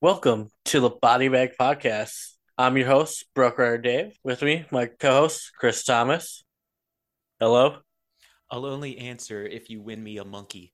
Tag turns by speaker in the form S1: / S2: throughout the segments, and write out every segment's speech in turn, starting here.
S1: Welcome to the Body Bag Podcast. I'm your host, Broker Dave. With me, my co-host, Chris Thomas. Hello.
S2: I'll only answer if you win me a monkey.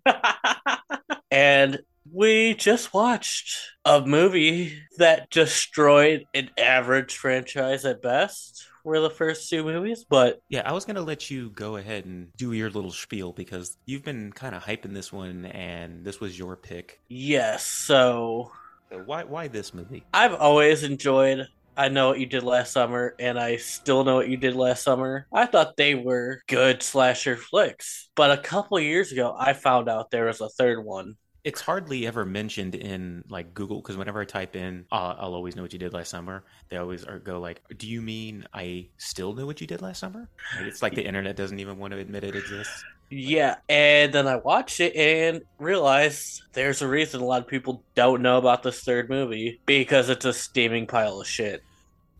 S1: And we just watched a movie that destroyed an average franchise at best. Were the first two movies, but
S2: Yeah, I was going to let you go ahead and do your little spiel because you've been kind of hyping this one and this was your pick.
S1: yes, so
S2: So Why why this movie?
S1: I've always enjoyed I Know What You Did Last Summer, and I still know what you did last summer. I thought they were good slasher flicks, but a couple years ago, I found out there was a third one.
S2: It's hardly ever mentioned in like Google because whenever I type in uh, I'll always know what you did last summer, they always are, go like, "Do you mean I still know what you did last summer?" Like, it's like the internet doesn't even want to admit it exists.
S1: Yeah, and then I watched it and realized there's a reason a lot of people don't know about this third movie because it's a steaming pile of shit.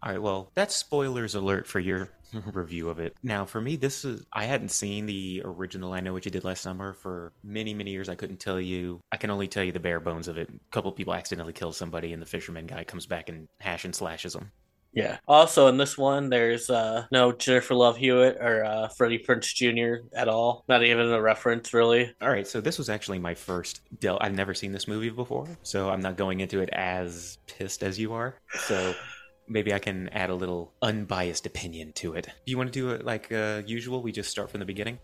S2: All right, well, that's spoilers alert for your review of it. Now, for me, this is I hadn't seen the original I Know What You Did Last Summer for many, many years. I couldn't tell you. I can only tell you the bare bones of it. A couple people accidentally kill somebody and the fisherman guy comes back and hash and slashes them.
S1: Yeah. Also, in this one, there's uh, no Jennifer Love Hewitt or uh, Freddie Prince Jr. at all. Not even a reference, really.
S2: All right, so this was actually my first del I've never seen this movie before, so I'm not going into it as pissed as you are. So maybe I can add a little unbiased opinion to it. Do you want to do it like uh, usual? We just start from the beginning?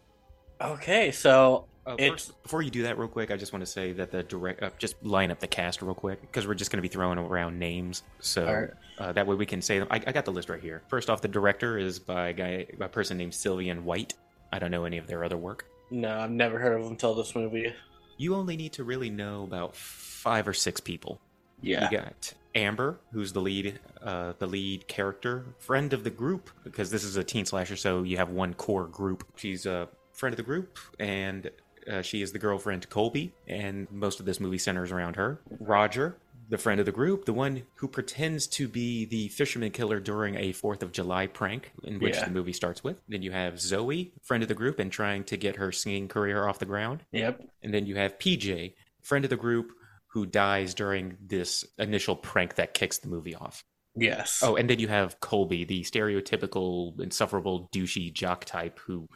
S1: Okay, so
S2: Uh,
S1: It-
S2: first, before you do that, real quick, I just want to say that the direct, uh, just line up the cast real quick because we're just going to be throwing around names, so
S1: All right.
S2: uh, that way we can say them. I, I got the list right here. First off, the director is by a guy, by a person named Sylvian White. I don't know any of their other work.
S1: no, I've never heard of him until this movie.
S2: You only need to really know about five or six people.
S1: Yeah.
S2: You got Amber, who's the lead, uh, the lead character, friend of the group, because this is a teen slasher, so you have one core group. She's a friend of the group, and uh, she is the girlfriend to Colby, and most of this movie centers around her. Roger, the friend of the group, the one who pretends to be the fisherman killer during a Fourth of July prank, in which
S1: Yeah.
S2: the movie starts with. Then you have Zoe, friend of the group, and trying to get her singing career off the ground.
S1: Yep.
S2: And then you have PJ, friend of the group, who dies during this initial prank that kicks the movie off.
S1: Yes.
S2: Oh, and then you have Colby, the stereotypical, insufferable, douchey jock type who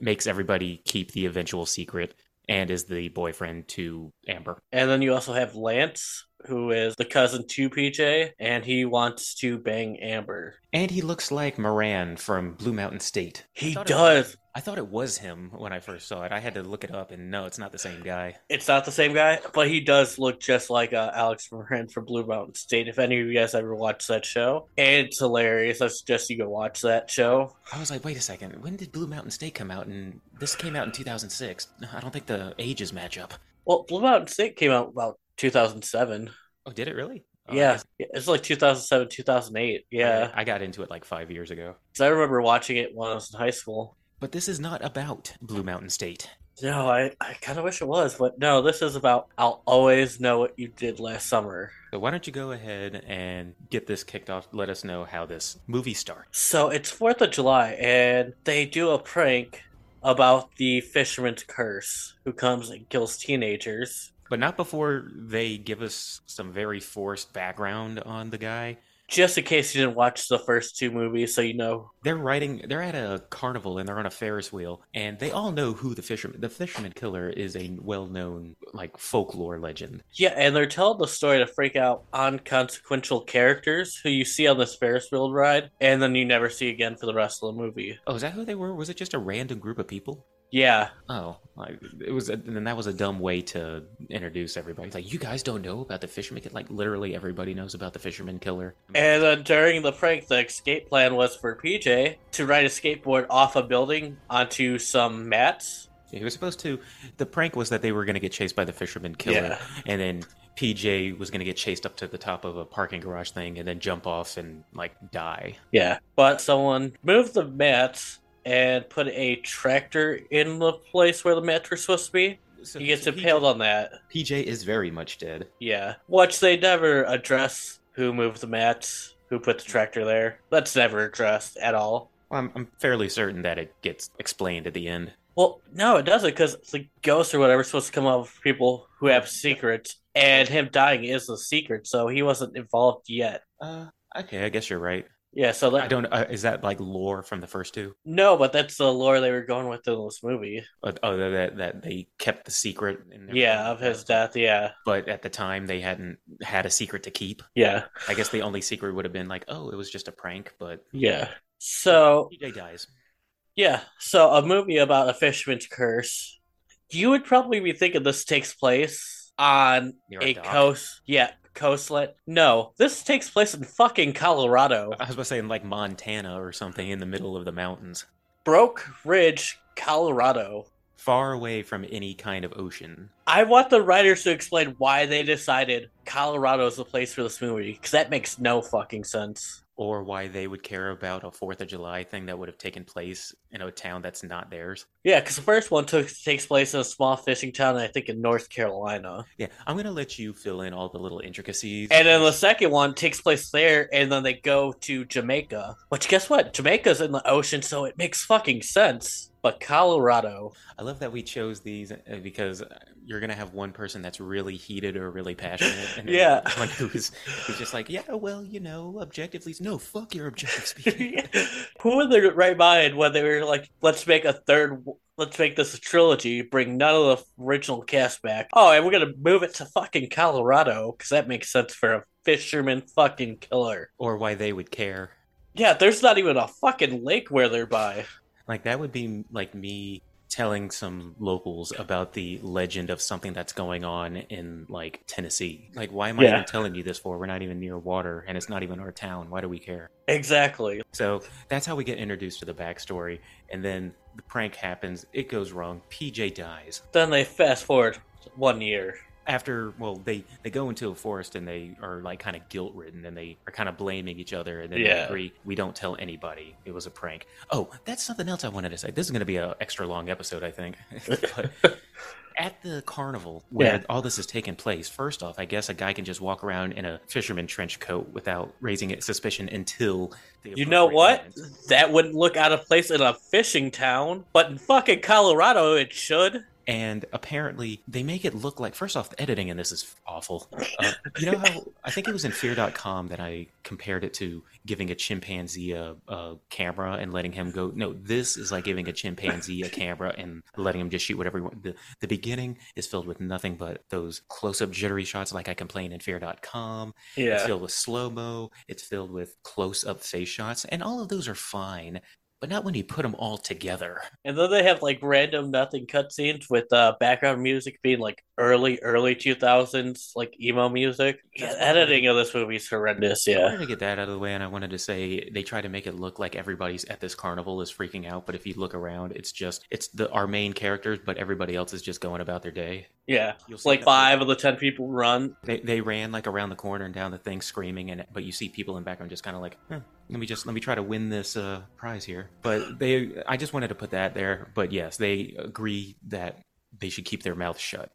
S2: makes everybody keep the eventual secret and is the boyfriend to Amber.
S1: And then you also have Lance, who is the cousin to PJ, and he wants to bang Amber.
S2: And he looks like Moran from Blue Mountain State.
S1: He
S2: Thought it
S1: does.
S2: I thought it was him when I first saw it. I had to look it up, and no, it's not the same guy.
S1: It's not the same guy, but he does look just like uh, Alex Moran from Blue Mountain State. If any of you guys ever watched that show, it's hilarious. I suggest you go watch that show.
S2: I was like, wait a second, when did Blue Mountain State come out? And this came out in 2006. I don't think the ages match up.
S1: Well, Blue Mountain State came out about 2007.
S2: Oh, did it really? Oh, I
S1: yeah,
S2: guess-
S1: it's like 2007, 2008. Yeah,
S2: I, I got into it like five years ago.
S1: 'Cause I remember watching it when I was in high school.
S2: But this is not about Blue Mountain State.
S1: No, I, I kind of wish it was, but no, this is about I'll always know what you did last summer.
S2: So why don't you go ahead and get this kicked off? Let us know how this movie starts.
S1: So it's 4th of July, and they do a prank about the fisherman's curse who comes and kills teenagers.
S2: But not before they give us some very forced background on the guy.
S1: Just in case you didn't watch the first two movies, so you know.
S2: They're riding. They're at a carnival and they're on a Ferris wheel, and they all know who the fisherman. The fisherman killer is a well-known like folklore legend.
S1: Yeah, and they're telling the story to freak out unconsequential characters who you see on this Ferris wheel ride, and then you never see again for the rest of the movie.
S2: Oh, is that who they were? Was it just a random group of people?
S1: Yeah,
S2: Oh, like it was, and then that was a dumb way to introduce everybody. It's like you guys don't know about the fisherman. Killer." Like literally, everybody knows about the fisherman killer.
S1: And then during the prank, the escape plan was for PJ to ride a skateboard off a building onto some mats.
S2: he was supposed to. The prank was that they were going to get chased by the fisherman killer, and then PJ was going to get chased up to the top of a parking garage thing, and then jump off and like die.
S1: Yeah. But someone moved the mats and put a tractor in the place where the mats were supposed to be.
S2: So
S1: He gets
S2: so
S1: impaled on that.
S2: PJ is very much dead.
S1: Yeah. Which they never address who moved the mats, who put the tractor there. That's never addressed at all.
S2: Well, I'm, I'm fairly certain that it gets explained at the end.
S1: Well, no, it doesn't because the ghost or whatever is supposed to come up with people who have secrets, and him dying is the secret, so he wasn't involved yet.
S2: Uh, okay, I guess you're right.
S1: Yeah, so
S2: I
S1: that
S2: don't. Uh, is that like lore from the first two?
S1: no, but that's the lore they were going with in this movie.
S2: Uh, oh, that that they kept the secret. And everything.
S1: Yeah, of his death. Yeah,
S2: But at the time, they hadn't had a secret to keep.
S1: yeah,
S2: I guess the only secret would have been like, oh, it was just a prank. But
S1: yeah. So
S2: DJ dies.
S1: yeah, so a movie about a fisherman's curse. You would probably be thinking this takes place on
S2: Near
S1: a
S2: dock.
S1: coast. Yeah, coastlet. No, this takes place in fucking Colorado.
S2: I was about to say in like Montana or something in the middle of the mountains,
S1: Broke Ridge, Colorado.
S2: far away from any kind of ocean.
S1: I want the writers to explain why they decided Colorado is the place for this movie because that makes no fucking sense.
S2: Or why they would care about a Fourth of July thing that would have taken place in a town that's not theirs.
S1: Yeah, because the first one took, takes place in a small fishing town, I think in North Carolina,
S2: Yeah, I'm gonna let you fill in all the little intricacies.
S1: and then the second one takes place there, and then they go to Jamaica. Which guess what? Jamaica's in the ocean, so it makes fucking sense. But Colorado,
S2: I love that we chose these uh, because you're gonna have one person that's really heated or really passionate, and then
S1: Yeah.
S2: one who's who's just like, yeah, well, you know, objectively, no, fuck your objective speaking.
S1: who in their right mind when they were like, let's make a third, let's make this a trilogy, bring none of the original cast back. Oh, and we're gonna move it to fucking Colorado because that makes sense for a fisherman fucking killer.
S2: or why they would care.
S1: Yeah, there's not even a fucking lake where they're by.
S2: Like that would be like me telling some locals about the legend of something that's going on in like Tennessee. Like, why am I
S1: Yeah.
S2: even telling you this for? We're not even near water, and it's not even our town. Why do we care?
S1: Exactly.
S2: So that's how we get introduced to the backstory, and then the prank happens. It goes wrong. PJ dies
S1: Then they fast forward one year.
S2: after. Well, they they go into a forest and they are like kind of guilt ridden, and they are kind of blaming each other, and then they
S1: Yeah.
S2: agree we don't tell anybody it was a prank. Oh, that's something else I wanted to say. This is going to be an extra long episode, I think. but at the carnival where
S1: Yeah.
S2: all this is taking place, first off, I guess a guy can just walk around in a fisherman trench coat without raising it suspicion until the
S1: You know
S2: appropriate
S1: what?
S2: moment.
S1: That wouldn't look out of place in a fishing town, but in fucking Colorado it should.
S2: and apparently they make it look like first off the editing in this is awful uh, you know how i think it was in fear.com that i compared it to giving a chimpanzee a, a camera and letting him go no this is like giving a chimpanzee a camera and letting him just shoot whatever he wants the, the beginning is filled with nothing but those close-up jittery shots like i complained in fear.com it's
S1: Yeah.
S2: filled with slow mo. It's filled with close up face shots. And all of those are fine, but not when you put them all together.
S1: And then they have like random nothing cutscenes with uh, background music being like early, early 2000s, like emo music. Yeah,
S2: That's
S1: editing of this movie is horrendous.
S2: I
S1: Yeah.
S2: wanted to get that out of the way, and I wanted to say they try to make it look like everybody's at this carnival is freaking out, but if you look around, it's just it's the our main characters, but everybody else is just going about their day.
S1: Yeah.
S2: You'll see
S1: Like
S2: that-
S1: five of the 10 people run.
S2: They, they ran like around the corner and down the thing screaming, and but you see people in background just kind of like, "Huh, let me just let me try to win this uh, prize here. But they, I just wanted to put that there. But yes, they agree that they should keep their mouth shut.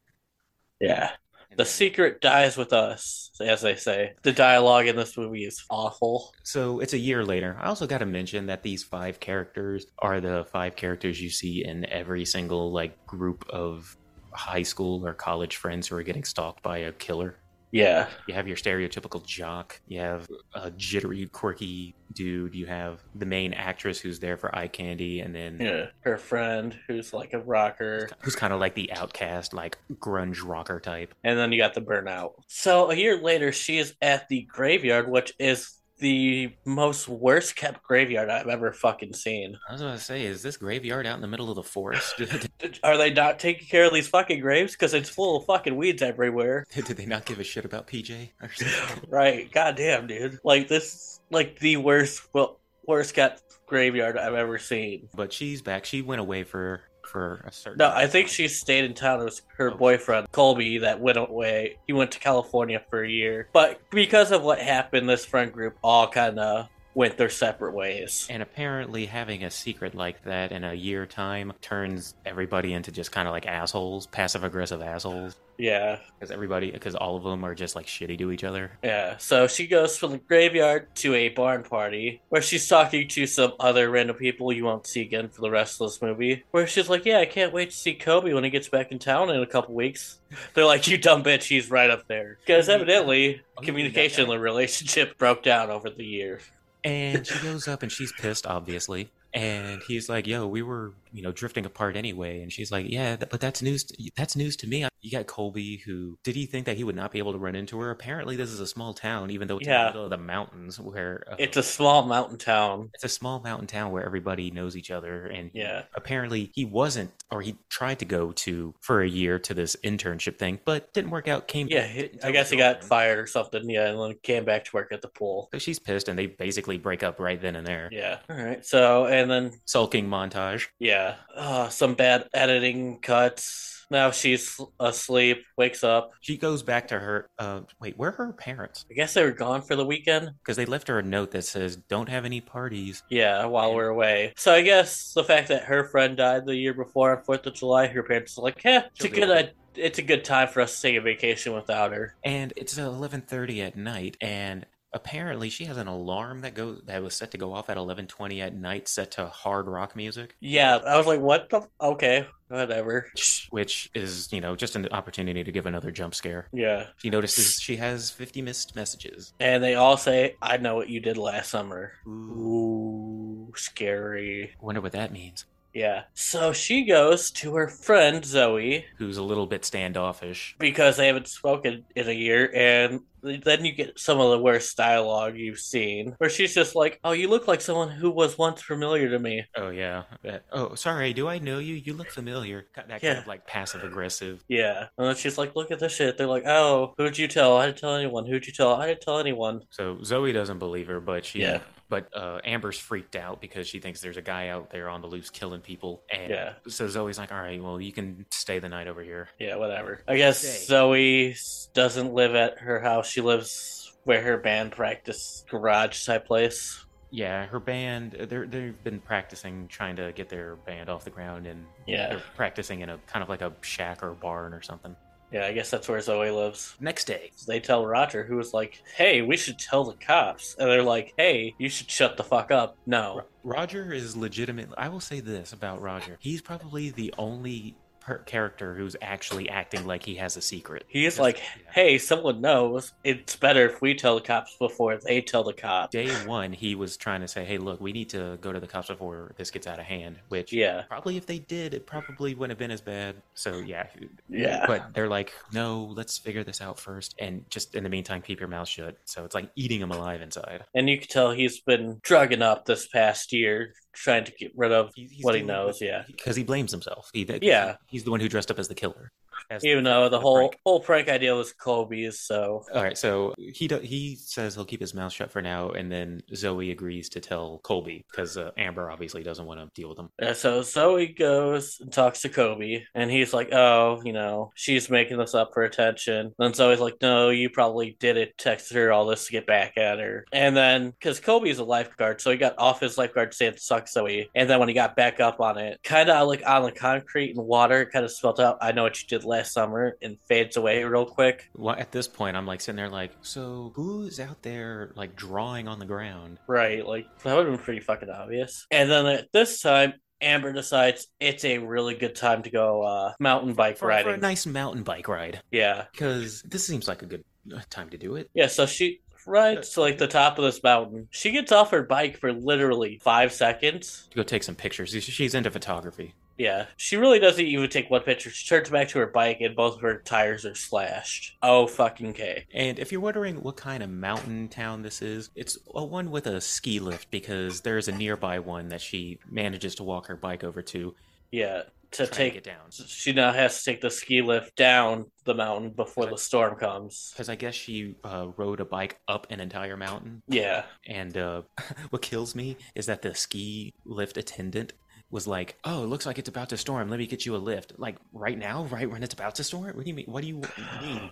S1: Yeah. The secret dies with us, as they say. The dialogue in this movie is awful.
S2: So it's a year later. I also got to mention that these five characters are the five characters you see in every single like group of high school or college friends who are getting stalked by a killer.
S1: Yeah.
S2: You have your stereotypical jock. You have a jittery, quirky dude. You have the main actress who's there for eye candy, and then
S1: Yeah. Her friend, who's like a rocker.
S2: who's kind of like the outcast, like grunge rocker type.
S1: and then you got the burnout. So a year later, she is at the graveyard, which is the most worst kept graveyard I've ever fucking seen.
S2: I was about to say, is this graveyard out in the middle of the forest? did,
S1: Are they not taking care of these fucking graves? Because it's full of fucking weeds everywhere.
S2: did they not give a shit about PJ? Or something?
S1: Right? Goddamn, dude. Like this, is, like the worst, well, worst kept graveyard I've ever seen.
S2: But she's back. She went away for for a certain.
S1: No, I think she stayed in town. It was her boyfriend, Colby, that went away. He went to California for a year. But because of what happened, this friend group all kind of went their separate ways.
S2: And apparently, having a secret like that in a year time turns everybody into just kind of like assholes, passive aggressive assholes.
S1: Yeah,
S2: Because everybody, because all of them are just like shitty to each other.
S1: yeah. So she goes from the graveyard to a barn party where she's talking to some other random people you won't see again for the rest of this movie. Where she's like, Yeah, I can't wait to see Kobe when he gets back in town in a couple weeks. They're like, You dumb bitch, he's right up there. Because evidently,
S2: Oh, you mean that
S1: communication in the relationship broke down over the years.
S2: And she goes up and she's pissed, obviously. And he's like, "Yo, we were, you know, drifting apart anyway." And she's like, "Yeah, th- but that's news. To, that's news to me." You got Colby, who did he think that he would not be able to run into her? Apparently, this is a small town, even though it's in
S1: Yeah.
S2: the middle of the mountains, where uh,
S1: It's a small mountain town.
S2: it's a small mountain town where everybody knows each other. And
S1: Yeah.
S2: apparently, he wasn't, or he tried to go to for a year to this internship thing, but didn't work out. Came,
S1: Yeah,
S2: didn't
S1: he-
S2: tell
S1: I
S2: his
S1: guess he got
S2: girlfriend.
S1: fired or something. Yeah, and then came back to work at the pool.
S2: So she's pissed, and they basically break up right then and there.
S1: Yeah. All right. So, and then
S2: Sulking montage.
S1: Yeah. Uh, some bad editing cuts. Now she's asleep, wakes up.
S2: She goes back to her. Uh, wait, where are her parents?
S1: I guess they were gone for the weekend.
S2: Because they left her a note that says, "Don't have any parties."
S1: Yeah, while we're away. So I guess the fact that her friend died the year before on Fourth of July, her parents were like, "Yeah, it's a
S2: She'll be
S1: good,
S2: okay."
S1: i- it's a good time for us to take a vacation without her."
S2: And it's eleven thirty at night, and apparently she has an alarm that goes that was set to go off at eleven twenty at night, set to hard rock music,
S1: Yeah, I was like, "What the? Okay, whatever."
S2: which is you know just an opportunity to give another jump scare.
S1: Yeah,
S2: She notices she has fifty missed messages.
S1: and they all say, "I know what you did last summer."
S2: Ooh,
S1: Ooh, scary.
S2: wonder what that means.
S1: Yeah. So she goes to her friend Zoe,
S2: Who's a little bit standoffish.
S1: because they haven't spoken in a year and then you get some of the worst dialogue you've seen where she's just like oh you look like someone who was once familiar to me
S2: Oh yeah. That, oh, sorry. Do I know you? You look familiar. That kind
S1: Yeah.
S2: of like passive aggressive.
S1: yeah and then she's like look at this shit they're like oh who'd you tell i didn't tell anyone who'd you tell i didn't tell anyone
S2: So Zoe doesn't believe her, but she
S1: Yeah.
S2: but uh, Amber's freaked out because she thinks there's a guy out there on the loose killing people. And
S1: Yeah.
S2: so Zoe's like, "All right, well, you can stay the night over here."
S1: yeah whatever i guess
S2: Stay.
S1: zoe s- doesn't live at her house she lives where her band practice garage type place
S2: Yeah, her band they're they've been practicing trying to get their band off the ground and
S1: Yeah.
S2: they're practicing in a kind of like a shack or barn or something.
S1: yeah i guess that's where zoe lives
S2: Next day,
S1: they tell Roger, who was like, "Hey, we should tell the cops," and they're like, "Hey, you should shut the fuck up." No,
S2: Ro- Roger is legitimate. I will say this about Roger: he's probably the only per- character who's actually acting like he has a secret.
S1: he is
S2: Because-
S1: like,
S2: yeah.
S1: "Hey, someone knows. It's better if we tell the cops before they tell the cops."
S2: day one he was trying to say hey look we need to go to the cops before this gets out of hand which
S1: Yeah,
S2: probably if they did it probably wouldn't have been as bad so yeah
S1: yeah,
S2: but they're like no let's figure this out first and just in the meantime keep your mouth shut so it's like eating him alive inside
S1: and you can tell he's been drugging up this past year, trying to get rid of,
S2: He- he's
S1: What he
S2: doing-
S1: knows, yeah.
S2: because he blames himself he, that-
S1: Yeah.
S2: he's the one who dressed up as the killer As-
S1: even though the
S2: the
S1: whole
S2: prank.
S1: whole prank idea was Colby's. So
S2: all right so he do- he says he'll keep his mouth shut for now and then zoe agrees to tell colby because uh, amber obviously doesn't want to deal with him
S1: Uh, so Zoe goes and talks to Kobe, and he's like, "Oh, you know, she's making this up for attention." Then Zoe's like, "No, you probably did it. Texted her all this to get back at her." And then, because Kobe's a lifeguard, so he got off his lifeguard stand to suck Zoe. And then when he got back up on it, kind of like on the concrete and water, it kind of spelled out, "I know what you did last summer," and fades away real quick.
S2: Well, at this point, I'm like sitting there, like, so who's out there like drawing on the ground?
S1: Right, like that would have been pretty fucking obvious. And then at this time. Amber decides it's a really good time to go uh, mountain bike
S2: For, for
S1: riding.
S2: a nice mountain bike ride,
S1: yeah,
S2: because this seems like a good uh, time to do it.
S1: Yeah, so she rides to like the top of this mountain. She gets off her bike for literally five seconds.
S2: To go take some pictures. She's- She's into photography.
S1: Yeah, she really doesn't even take one picture. She turns back to her bike and both of her tires are slashed. Oh, fucking K.
S2: And if you're wondering what kind of mountain town this is, it's a one with a ski lift because there is a nearby one that she manages to walk her bike over to
S1: Yeah, to
S2: try and
S1: take.
S2: get down.
S1: She now has to take the ski lift down the mountain before the storm comes.
S2: Because I guess she uh, rode a bike up an entire mountain.
S1: Yeah.
S2: And uh, what kills me is that the ski lift attendant was like, "Oh, it looks like it's about to storm. Let me get you a lift." Like right now, right when it's about to storm. What do you mean? What do you mean?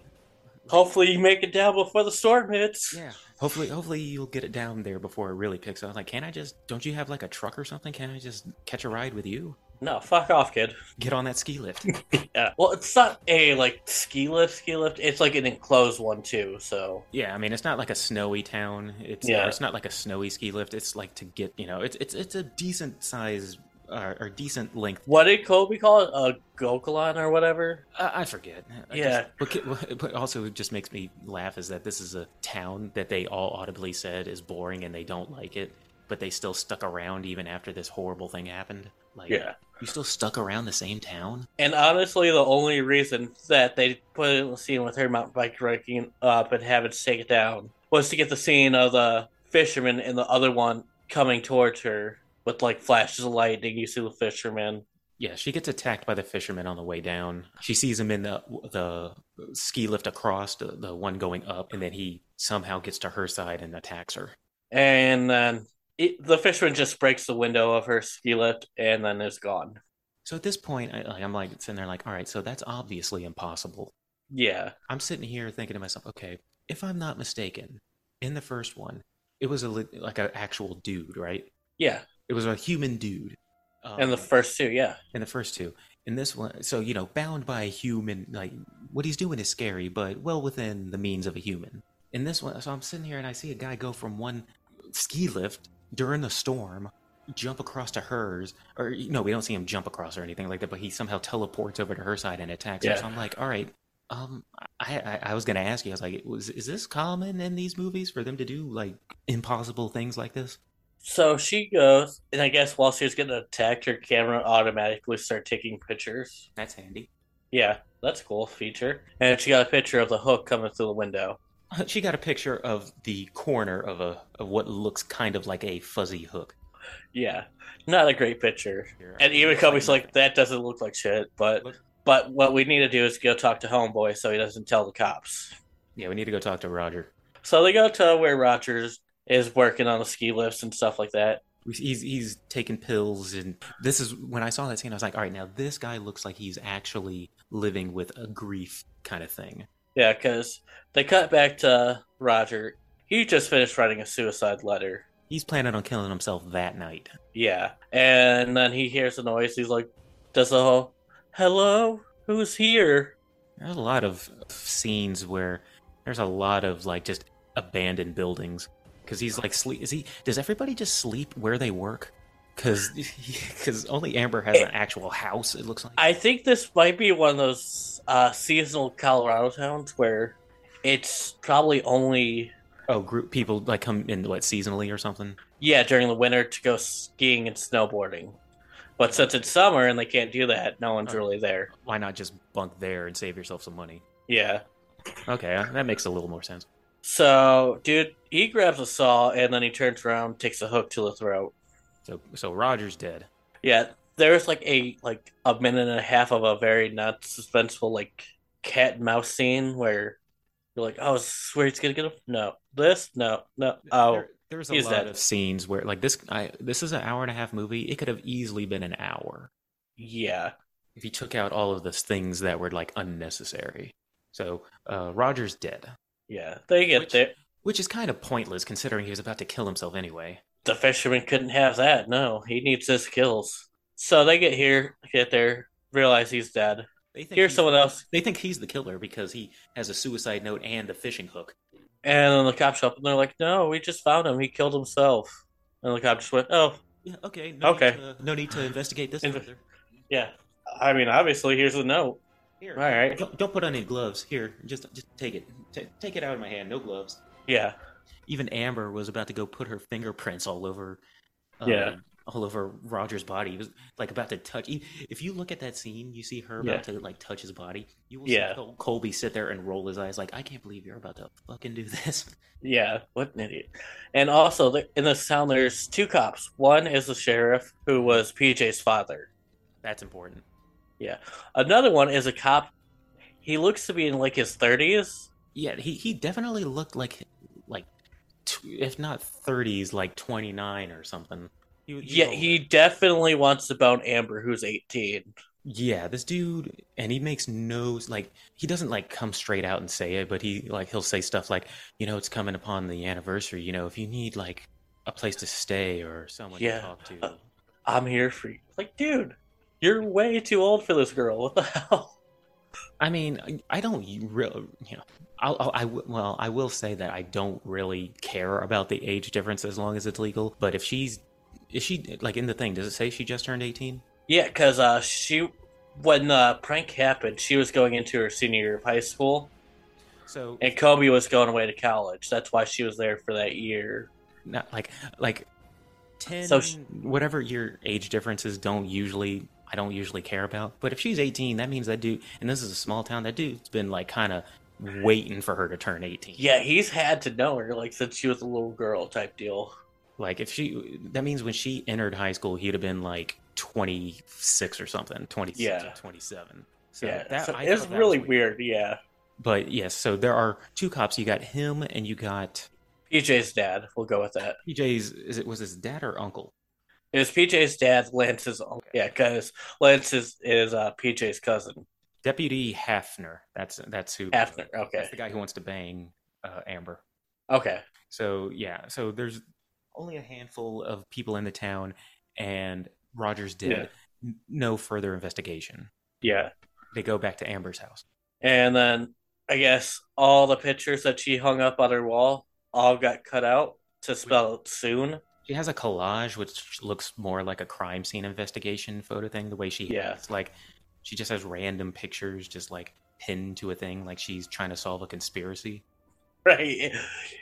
S1: Hopefully, you make it down before the storm hits.
S2: Yeah. Hopefully, hopefully you'll get it down there before it really picks up. Like, can I just? Don't you have like a truck or something? Can I just catch a ride with you?
S1: No, fuck off, kid.
S2: Get on that ski lift.
S1: Yeah. Well, it's not a like ski lift, ski lift. It's like an enclosed one too. So
S2: yeah, I mean it's not like a snowy town. It's
S1: Yeah.
S2: or it's not like a snowy ski lift. It's like to get you know it's it's it's a decent size uh, or decent length.
S1: what did Kobe call it? A gokalon or whatever?
S2: Uh, I forget. I
S1: Yeah.
S2: Just, but, ki- what- but also it just makes me laugh is that this is a town that they all audibly said is boring and they don't like it, but they still stuck around even after this horrible thing happened. Like
S1: Yeah.
S2: you still stuck around the same town.
S1: And honestly, the only reason that they put it in the scene with her mountain bike breaking up and having to take it down was to get the scene of the fisherman and the other one coming towards her with like flashes of lightning. You see the fisherman.
S2: Yeah, she gets attacked by the fishermen on the way down. She sees him in the the ski lift across the, the one going up, and then he somehow gets to her side and attacks her.
S1: And then it, the fisherman just breaks the window of her ski lift and then is gone.
S2: So at this point, I, like, I'm like sitting there, like, all right, so that's obviously impossible.
S1: Yeah.
S2: I'm sitting here thinking to myself, okay, if I'm not mistaken, in the first one, it was a li- like an actual dude, right?
S1: Yeah.
S2: It was a human dude. Um,
S1: And the first two, yeah.
S2: in the first two. In this one, so you know, bound by a human, like what he's doing is scary, but well within the means of a human. In this one, so I'm sitting here and I see a guy go from one ski lift during the storm, jump across to hers, or no, we don't see him jump across or anything like that, but he somehow teleports over to her side and attacks her.
S1: Yeah.
S2: So I'm like, all right, um, I, I I was gonna ask you, I was like, was is this common in these movies for them to do like impossible things like this?
S1: So she goes, and I guess while she was getting attacked, her camera automatically started taking pictures.
S2: That's handy.
S1: Yeah, that's a cool feature. And she got a picture of the hook coming through the window.
S2: She got a picture of the corner of a of what looks kind of like a fuzzy hook.
S1: Yeah, not a great picture. And even Kobe's like, that doesn't look like shit. But but what we need to do is go talk to Homeboy so he doesn't tell the cops.
S2: yeah, we need to go talk to Roger.
S1: So they go to where Rogers is working on the ski lifts and stuff like that.
S2: He's he's taking pills, and this is when I saw that scene. I was like, all right, now this guy looks like he's actually living with a grief kind of thing.
S1: Yeah, because they cut back to Roger. He just finished writing a suicide letter.
S2: He's planning on killing himself that night.
S1: Yeah. And then he hears a noise. He's like, does the whole, hello? Who's here?
S2: There's a lot of scenes where there's a lot of like just abandoned buildings because he's like sleep. Is he? Does everybody just sleep where they work? Because because only Amber has an actual house. It looks like.
S1: I think this might be one of those uh, seasonal Colorado towns where it's probably only,
S2: Oh, group people like come in what seasonally or something.
S1: yeah, during the winter to go skiing and snowboarding. But since it's summer and they can't do that, no one's
S2: Oh.
S1: really there.
S2: Why not just bunk there and save yourself some money?
S1: Yeah.
S2: Okay, uh, that makes a little more sense.
S1: So, dude, he grabs a saw and then he turns around, takes a hook to the throat.
S2: So so Roger's dead.
S1: Yeah, there's like a like a minute and a half of a very not suspenseful like cat and mouse scene where you're like, oh, is this where he's gonna get him? No, this, no, no. Oh,
S2: There- there's a
S1: he's
S2: lot
S1: dead.
S2: of scenes where like this. I this is an hour and a half movie. It could have easily been an hour.
S1: yeah,
S2: if you took out all of the things that were like unnecessary. So uh, Roger's dead,
S1: yeah. They get
S2: Which-
S1: there.
S2: which is kind of pointless considering he was about to kill himself anyway.
S1: The fisherman couldn't have that. No, he needs his kills. So they get here, get there, realize he's dead.
S2: They think
S1: Here's
S2: he's-
S1: someone else,
S2: They think he's the killer because he has a suicide note and a fishing hook.
S1: and then the cop show up, and they're like, "No, we just found him. He killed himself." And the cop just went, "Oh,
S2: Yeah, okay. No
S1: Okay.
S2: Need to, no need to investigate this
S1: Inve-
S2: further.
S1: yeah. I mean, obviously, here's the note.
S2: Here,
S1: All right,
S2: Don't, don't put on any gloves. Here, just just take it. Ta take it out of my hand. No gloves.
S1: yeah."
S2: Even Amber was about to go put her fingerprints all over, uh,
S1: Yeah.
S2: all over Roger's body. He was like about to touch. he- If you look at that scene, you see her
S1: Yeah.
S2: about to like touch his body. You will
S1: Yeah.
S2: see Col- Colby sit there and roll his eyes, like I can't believe you're about to fucking do this.
S1: Yeah, what an idiot. And also, th- in this town, there's two cops. One is the sheriff, who was PJ's father.
S2: That's important.
S1: Another one is a cop. He looks to be in like his 30s.
S2: Yeah, he he definitely looked like like tw- if not thirties, like twenty nine or something. He, was- was
S1: Yeah,
S2: older.
S1: he definitely wants to bone Amber, who's 18.
S2: Yeah, this dude, and he makes no like he doesn't like come straight out and say it, but he like he'll say stuff like, you know, it's coming upon the anniversary. You know, if you need like a place to stay or someone
S1: Yeah.
S2: to talk to,
S1: Uh, I'm here for you. Like, dude, you're way too old for this girl. What the hell?
S2: I mean, I- I don't really, you know, I'll, I'll, I w- well, I will say that I don't really care about the age difference as long as it's legal. But if she's, is she like in the thing? Does it say she just turned eighteen?
S1: Yeah, because uh, she, when the prank happened, she was going into her senior year of high school,
S2: So
S1: and Kobe was going away to college. That's why she was there for that year.
S2: not like like ten,
S1: So sh-
S2: whatever your age differences don't usually. I don't usually care about. But if she's eighteen, that means that dude, and this is a small town. That dude's been like kind of waiting for her to turn eighteen.
S1: Yeah, he's had to know her like since she was a little girl type deal.
S2: Like if she that means when she entered high school he'd have been like 26 or something, 26
S1: Yeah.
S2: or 27. So
S1: yeah,
S2: that
S1: so
S2: I
S1: it's
S2: thought that
S1: really
S2: was
S1: weird. Yeah,
S2: But yes, so there are two cops. You got him and you got
S1: PJ's dad. We'll go with that.
S2: PJ's is it was his dad or uncle?
S1: It was PJ's dad, Lance's. uncle. Yeah, because Lance is is uh, PJ's cousin,
S2: Deputy Hafner. That's that's who
S1: Hafner. Okay,
S2: That's the guy who wants to bang uh, Amber.
S1: okay.
S2: So yeah, so there's only a handful of people in the town and Rogers did
S1: Yeah.
S2: n- no further investigation.
S1: Yeah.
S2: They go back to Amber's house.
S1: And then I guess all the pictures that she hung up on her wall all got cut out to spell it soon.
S2: She has a collage which looks more like a crime scene investigation photo thing. The way she
S1: Yeah.
S2: it's like she just has random pictures just like pinned to a thing, like she's trying to solve a conspiracy.
S1: Right.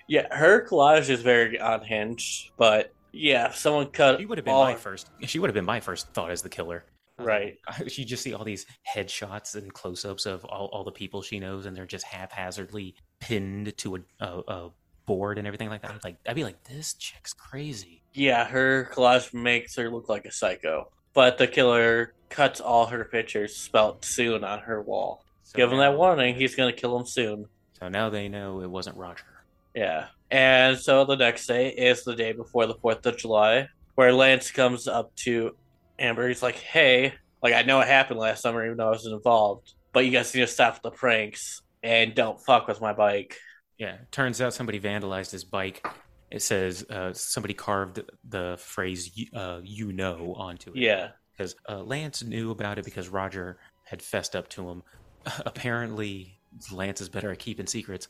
S1: Yeah, her collage is very unhinged, but yeah, if someone cut
S2: She would have been
S1: all
S2: my first. She would have been my first thought as the killer. I was
S1: Right.
S2: like, You just see all these headshots and close-ups of all, all the people she knows, and they're just haphazardly pinned to a, a, a board and everything like that. Like I'd be like, this chick's crazy.
S1: Yeah, her collage makes her look like a psycho. But the killer cuts all her pictures spelt soon on her wall.
S2: So
S1: Give him
S2: now-
S1: that warning, he's gonna kill him soon.
S2: So now they know it wasn't Roger.
S1: Yeah. And so the next day is the day before the 4th of July, where Lance comes up to Amber. He's like, hey, like, I know it happened last summer, even though I wasn't involved, but you guys need to stop the pranks and don't fuck with my bike.
S2: Yeah, turns out somebody vandalized his bike. It says uh, somebody carved the phrase "you- uh, "you know" onto it.
S1: Yeah.
S2: because uh, Lance knew about it because Roger had fessed up to him. Apparently, Lance is better at keeping secrets.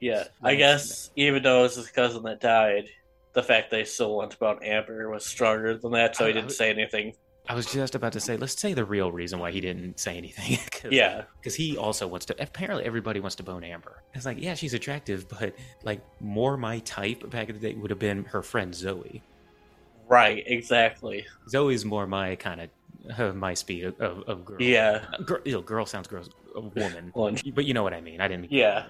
S1: Yeah. I
S2: Lance-
S1: guess even though it was his cousin that died, the fact they still want about Amber was stronger than that, so he
S2: I- I
S1: didn't
S2: would-
S1: say anything.
S2: I was just about to say, let's say the real reason why he didn't say anything. Cause,
S1: Yeah.
S2: because he also wants to. Apparently, everybody wants to bone Amber. It's like, yeah, she's attractive, but like more my type back in the day would have been her friend Zoe.
S1: Right. Exactly.
S2: Zoe's more my kind of uh, my speed of, of, of girl.
S1: Yeah.
S2: Uh, girl, ew, girl sounds gross. A woman,
S1: Well,
S2: but you know what I mean. I didn't.
S1: Yeah.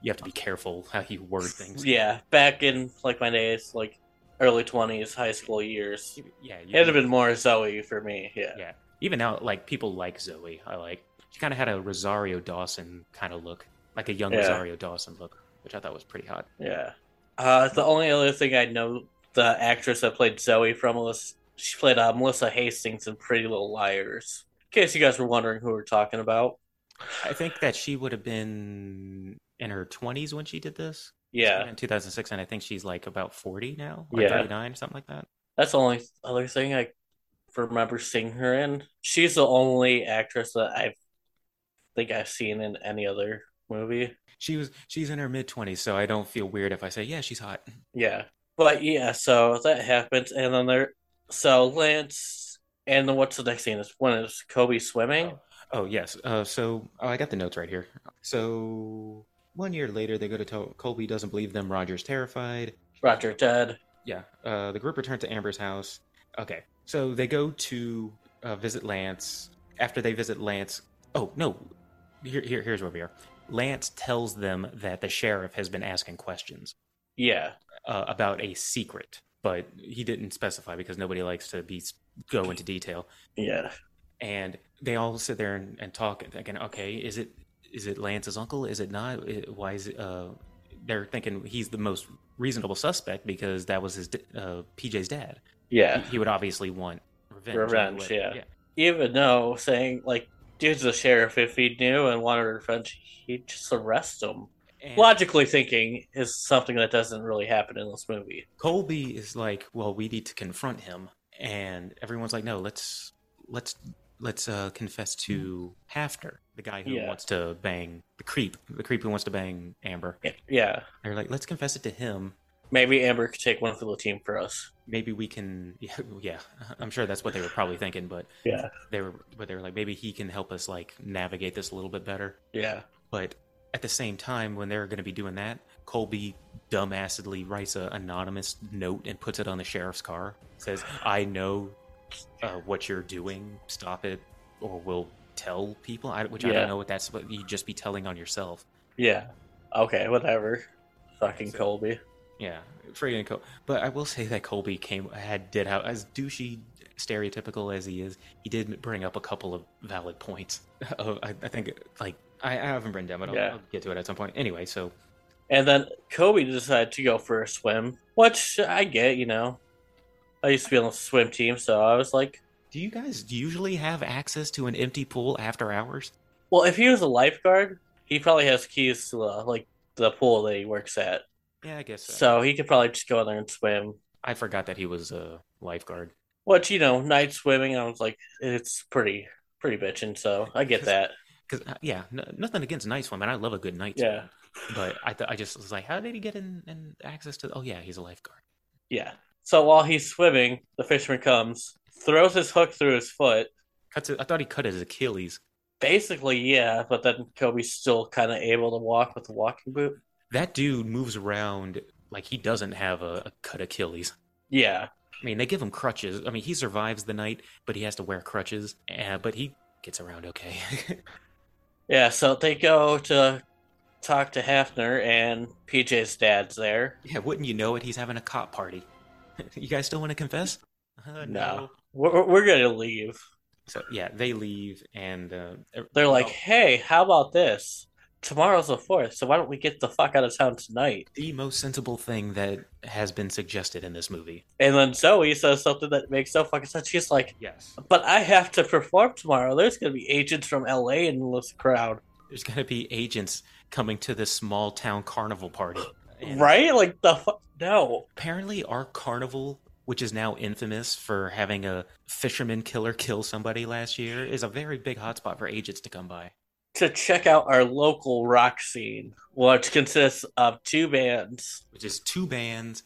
S2: You have to be careful how you word things.
S1: Yeah. Back in, like, my days, like, early 20s, high school years,
S2: yeah. You,
S1: It'd have been more Zoe for me. Yeah.
S2: Yeah. Even now, like people like Zoe. I like. She kind of had a Rosario Dawson kind of look, like a young
S1: Yeah.
S2: Rosario Dawson look, which I thought was pretty hot.
S1: Yeah. Uh, the only other thing I know the actress that played Zoe from was she played uh, Melissa Hastings in Pretty Little Liars. In case you guys were wondering who we're talking about.
S2: I think that she would have been in her twenties when she did this.
S1: Yeah.
S2: in 2006, and I think she's like about 40 now, like
S1: Yeah.
S2: 39 or something like that.
S1: That's the only other thing I remember seeing her in. She's the only actress that I think I've seen in any other movie.
S2: She was she's in her mid 20s, so I don't feel weird if I say yeah, she's hot.
S1: Yeah. But yeah, so that happens. And then there, so Lance, and then what's the next scene? Is when is Kobe swimming?
S2: Oh yes. Uh, so oh, I got the notes right here. So one year later, they go to tell Colby doesn't believe them. Roger's terrified.
S1: Roger Dead.
S2: Yeah. Uh, the group return to Amber's house. Okay. So they go to uh, visit Lance. After they visit Lance, oh no, here, here here's where we are. Lance tells them that the sheriff has been asking questions
S1: Yeah.
S2: uh, about a secret, but he didn't specify because nobody likes to be go into detail.
S1: Yeah.
S2: and they all sit there and, and talk and thinking, okay, is it is it Lance's uncle? Is it not? I- Why is it? Uh, they're thinking he's the most reasonable suspect because that was his d- uh, PJ's dad.
S1: Yeah.
S2: He, he would obviously want revenge.
S1: Revenge,
S2: either way.
S1: yeah.
S2: yeah.
S1: even though saying like, "Dude's the sheriff. If he knew and wanted revenge, he'd just arrest him."
S2: And
S1: Logically thinking is something that doesn't really happen in this movie.
S2: Colby is like, well, we need to confront him, and everyone's like, no, let's let's let's uh, confess to Hafner, the guy who
S1: Yeah.
S2: wants to bang the creep, the creep who wants to bang Amber.
S1: Yeah,
S2: They're like, let's confess it to him.
S1: maybe Amber could take one for the team for us.
S2: Maybe we can, yeah, yeah. I'm sure that's what they were probably thinking, but
S1: Yeah.
S2: they were, but they were like, maybe he can help us like navigate this a little bit better.
S1: Yeah,
S2: But at the same time, when they're going to be doing that, Colby dumbassedly writes a anonymous note and puts it on the sheriff's car. Says, "I know uh, what you're doing. Stop it, or we'll tell people." I, which I
S1: Yeah.
S2: don't know what that's. What you'd just be telling on yourself.
S1: yeah. Okay, whatever. Fucking
S2: So-
S1: Colby.
S2: Yeah, friggin' Col- But I will say that Colby came had did how as douchey, stereotypical as he is, he did bring up a couple of valid points. Oh, I, I think like I, I haven't written down, but I'll,
S1: Yeah.
S2: I'll get to it at some point. Anyway, so
S1: And then Kobe decided to go for a swim, which I get, you know. I used to be on the swim team, so I was like,
S2: Do you guys usually have access to an empty pool after hours?
S1: well, if he was a lifeguard, he probably has keys to uh, like the pool that he works at,
S2: Yeah, I guess so.
S1: so he could probably just go in there and swim.
S2: I forgot that he was a lifeguard.
S1: Which you know, night swimming, I was like, it's pretty, pretty bitching. So I get that.
S2: Because uh, yeah, n- nothing against night swimming. I love a good night.
S1: Yeah,
S2: swim. but I th- I just was like, how did he get in, in access to? Oh yeah, he's a lifeguard.
S1: yeah. So while he's swimming, the fisherman comes, throws his hook through his foot,
S2: Cuts. It, I thought he cut his Achilles.
S1: Basically, yeah, but then Kobe's still kind of able to walk with the walking boot.
S2: That dude moves around like he doesn't have a, a cut Achilles.
S1: Yeah,
S2: I mean, they give him crutches. I mean, he survives the night, but he has to wear crutches. Uh, but he gets around okay.
S1: yeah. So they go to talk to Hafner, and PJ's dad's there.
S2: Yeah, wouldn't you know it? He's having a cop party. you guys still want to confess?
S1: No.
S2: Uh, no.
S1: We're, we're gonna leave.
S2: So yeah, they leave, and uh,
S1: They're like,
S2: well,
S1: "Hey, how about this? Tomorrow's the fourth, so why don't we get the fuck out of town tonight?"
S2: the most sensible thing that has been suggested in this movie.
S1: And then Zoe says something that makes no fucking sense. She's like,
S2: Yes,
S1: "But I have to perform tomorrow. There's gonna be agents from LA in this crowd,
S2: there's gonna be agents coming to this small town carnival party, And
S1: right? Like the fuck? No,
S2: Apparently, our carnival, which is now infamous for having a fisherman killer kill somebody last year, is a very big hotspot for agents to come by.
S1: to check out our local rock scene, which consists of two bands,
S2: Which is two bands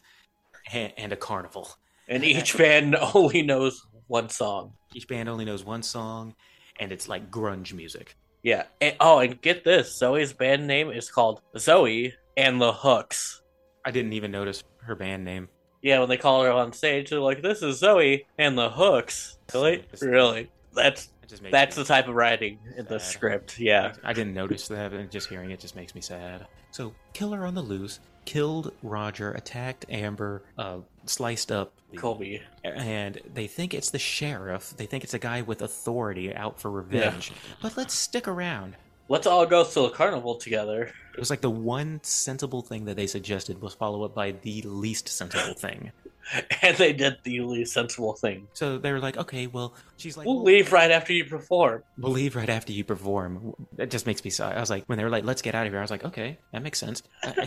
S2: and, and a carnival.
S1: and each band only knows one song.
S2: Each band only knows one song, and it's like grunge music.
S1: Yeah. And, oh, and get this Zoe's band name is called Zoe and the Hooks.
S2: I didn't even notice her band name.
S1: Yeah, when they call her on stage, they're like, this is Zoe and the Hooks. Really? Really? That's
S2: It just makes
S1: that's the
S2: me-
S1: type of writing in the
S2: Sad.
S1: script. Yeah.
S2: I didn't notice that, and just hearing it just makes me sad. So, killer on the loose killed Roger, attacked Amber, uh, sliced up
S1: Colby.
S2: and they think it's the sheriff. They think it's a guy with authority out for revenge. But let's stick around.
S1: Let's all go to the carnival together.
S2: It was like the one sensible thing that they suggested was followed up by the least sensible thing.
S1: And they did the least sensible thing.
S2: So they were like, okay, well, she's like,
S1: We'll leave right after you perform.
S2: We'll leave right after you perform. That just makes me sad. I was like, when they were like, let's get out of here, I was like, okay, that makes sense.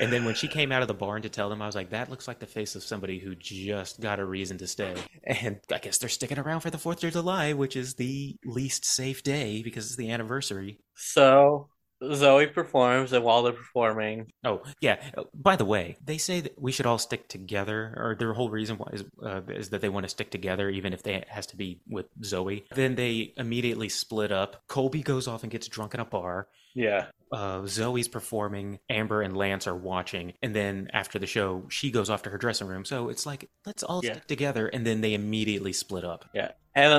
S2: and then when she came out of the barn to tell them, I was like, that looks like the face of somebody who just got a reason to stay. And I guess they're sticking around for the 4th of July, which is the least safe day because it's the anniversary.
S1: So Zoe performs, and while they're performing,
S2: Oh, yeah. Uh, By the way, they say that we should all stick together, or their whole reason why is, uh, is that they want to stick together, even if they it has to be with Zoe. Then they immediately split up. Colby goes off and gets drunk in a bar.
S1: yeah,
S2: uh, Zoe's performing, Amber and Lance are watching, and then after the show, she goes off to her dressing room. So it's like, let's all
S1: Yeah.
S2: stick together, and then they immediately split up.
S1: and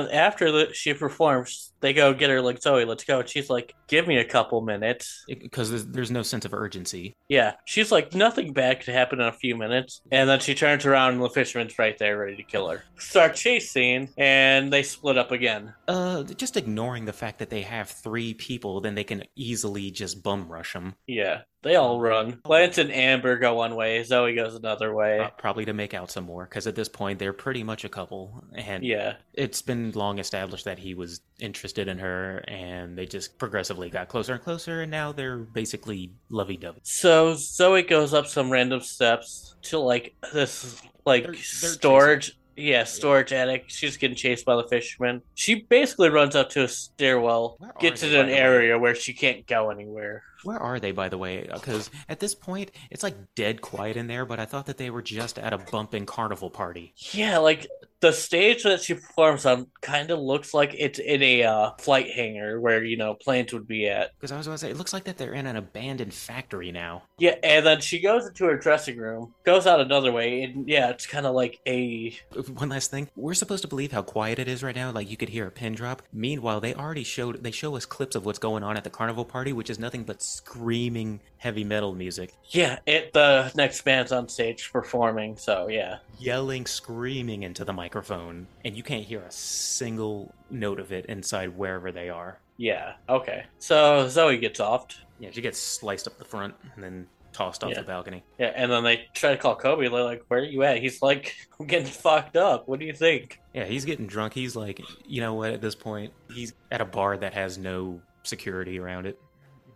S1: then after the, she performs, they go get her like Zoe, let's go. And she's like, "Give me a couple minutes."
S2: Because there's, there's no sense of urgency.
S1: Yeah, she's like, "Nothing bad could happen in a few minutes." And then she turns around, and the fisherman's right there, ready to kill her. Start chasing, and they split up again.
S2: Uh, just ignoring the fact that they have three people, then they can easily easily just bum rush him,
S1: Yeah, they all run. Lance and Amber go one way. Zoe goes another way.
S2: uh, probably to make out some more. Because at this point, they're pretty much a couple, and
S1: yeah,
S2: it's been long established that he was interested in her, and they just progressively got closer and closer, and now they're basically lovey-dovey.
S1: So Zoe goes up some random steps to like this like
S2: They're- they're
S1: storage yeah, storage attic. She's getting chased by the fisherman. She basically runs up to a stairwell,
S2: Where are
S1: gets
S2: they,
S1: in an
S2: by the way?
S1: area where she can't go anywhere.
S2: Where are they, by the way? Because at this point, it's like dead quiet in there, but I thought that they were just at a bumping carnival party.
S1: Yeah, like the stage that she performs on kind of looks like it's in a uh, flight hangar where, you know, planes would be at.
S2: Because I was about to say, it looks like that they're in an abandoned factory now.
S1: Yeah, and then she goes into her dressing room, goes out another way, and yeah, it's kind of like a
S2: One last thing, we're supposed to believe how quiet it is right now, like you could hear a pin drop. Meanwhile, they already showed they show us clips of what's going on at the carnival party, which is nothing but screaming heavy metal music,
S1: yeah, it the next band's on stage performing, so yeah.
S2: yelling, screaming into the microphone, and you can't hear a single note of it inside wherever they are.
S1: Yeah. Okay. So Zoe gets offed.
S2: Yeah, she gets sliced up the front and then tossed off
S1: Yeah.
S2: the balcony.
S1: Yeah, and then they try to call Kobe. They're like, "Where are you at?" He's like, "I'm getting fucked up. What do you think?"
S2: Yeah, he's getting drunk. He's like, you know what? At this point, he's at a bar that has no security around it.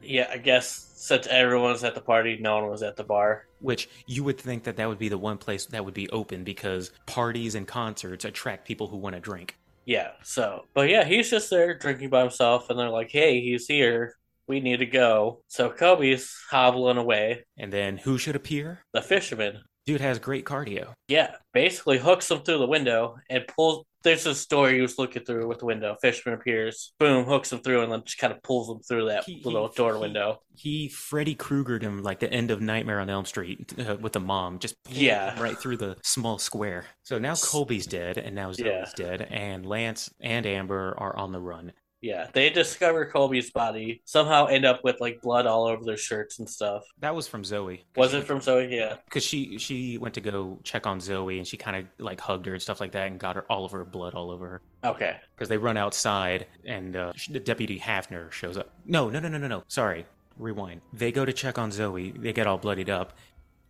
S1: Yeah, I guess since everyone was at the party, no one was at the bar.
S2: Which you would think that that would be the one place that would be open because parties and concerts attract people who want to drink.
S1: Yeah. So, but yeah, he's just there drinking by himself, and they're like, "Hey, he's here. We need to go." So Kobe's hobbling away.
S2: And then who should appear?
S1: The fisherman.
S2: Dude has great cardio.
S1: Yeah, basically hooks him through the window and pulls. There's this door he was looking through with the window. Fisherman appears, boom, hooks him through, and then just kind of pulls him through that
S2: He- he-
S1: little door
S2: he-
S1: window.
S2: He Freddy Kruegered him like the end of Nightmare on Elm Street uh, with the mom, just
S1: Yeah.
S2: right through the small square. So now Colby's dead, and now Zoe's
S1: Yeah.
S2: dead, and Lance and Amber are on the run.
S1: Yeah, they discover Colby's body, somehow end up with like blood all over their shirts and stuff.
S2: That was from Zoe.
S1: Was it from Zoe? Yeah.
S2: because she she went to go check on Zoe and she kind of like hugged her and stuff like that and got her all of her blood all over her
S1: Okay.
S2: because they run outside and uh, sh- the deputy Hafner shows up. No, no, no, no, no, no. Sorry, rewind. They go to check on Zoe. They get all bloodied up.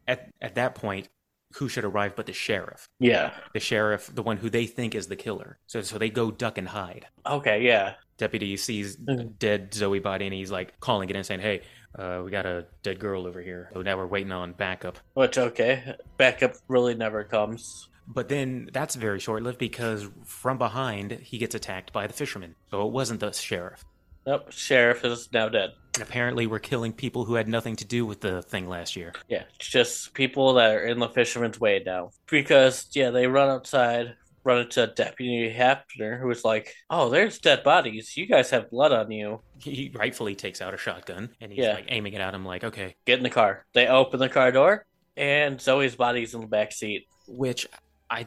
S2: At at that point, who should arrive but the sheriff?
S1: Yeah.
S2: The sheriff, the one who they think is the killer. So so they go duck and hide.
S1: Okay, yeah.
S2: Deputy sees
S1: Mhm.
S2: dead Zoe body and he's like calling it in saying, "Hey, uh, we got a dead girl over here." So now we're waiting on backup.
S1: Which okay. Backup really never comes.
S2: But then that's very short lived because from behind he gets attacked by the fisherman. So it wasn't the sheriff.
S1: Nope. Sheriff is now dead.
S2: And apparently we're killing people who had nothing to do with the thing last year.
S1: Yeah. It's just people that are in the fisherman's way now. Because yeah, they run outside, run into Deputy Hafner, who was like, Oh, there's dead bodies. You guys have blood on you.
S2: He rightfully takes out a shotgun and he's
S1: Yeah.
S2: like aiming it at him like, okay.
S1: Get in the car. They open the car door and Zoe's body's in the back seat.
S2: Which I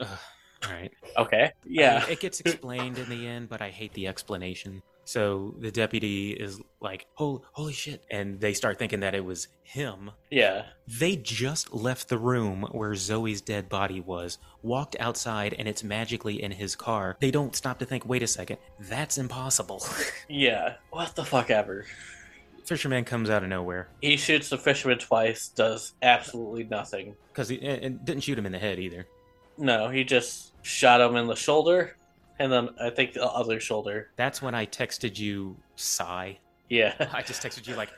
S2: uh, all right.
S1: Okay. Yeah.
S2: I mean, it gets explained in the end, but I hate the explanation. So the deputy is like, holy, holy shit. And they start thinking that it was him
S1: Yeah.
S2: They just left the room where Zoe's dead body was, walked outside, and it's magically in his car. They don't stop to think, wait a second, that's impossible.
S1: Yeah. What the fuck ever.
S2: Fisherman comes out of nowhere.
S1: He shoots the fisherman twice, does absolutely nothing.
S2: Because he and, and didn't shoot him in the head either.
S1: No, he just shot him in the shoulder and then I think the other shoulder.
S2: That's when I texted you, sigh.
S1: Yeah.
S2: I just texted you, like,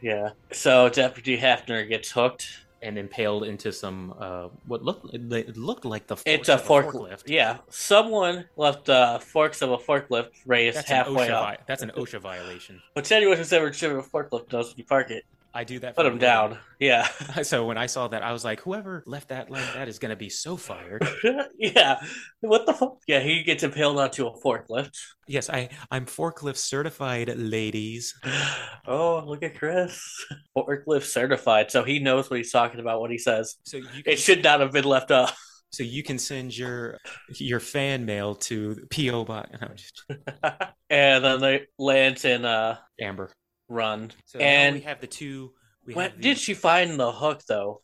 S1: Yeah. So Deputy Hafner gets hooked.
S2: and impaled into some, uh, what looked, it looked like the
S1: It's
S2: forks
S1: a
S2: of
S1: forklift. Yeah. Someone left the forks of a forklift raised
S2: That's an,
S1: halfway
S2: OSHA
S1: up.
S2: vi- that's an OSHA violation.
S1: Which anyone who's ever driven a forklift knows when you park it.
S2: I do that.
S1: Put
S2: for a
S1: him
S2: living.
S1: down. Yeah.
S2: So when I saw that, I was like, whoever left that like that is going to be so fired.
S1: yeah. What the fuck? Yeah, he gets impaled onto a forklift.
S2: Yes, I I'm forklift certified, ladies.
S1: Oh, look at Chris. Forklift certified, so he knows what he's talking about when he says
S2: So you can,
S1: it should not have been left up.
S2: so you can send your your fan mail to PO box. No, just
S1: and then they Lance and uh
S2: Amber.
S1: run.
S2: So
S1: And-
S2: now we have the two. We
S1: What
S2: have the-
S1: did she find the hook though?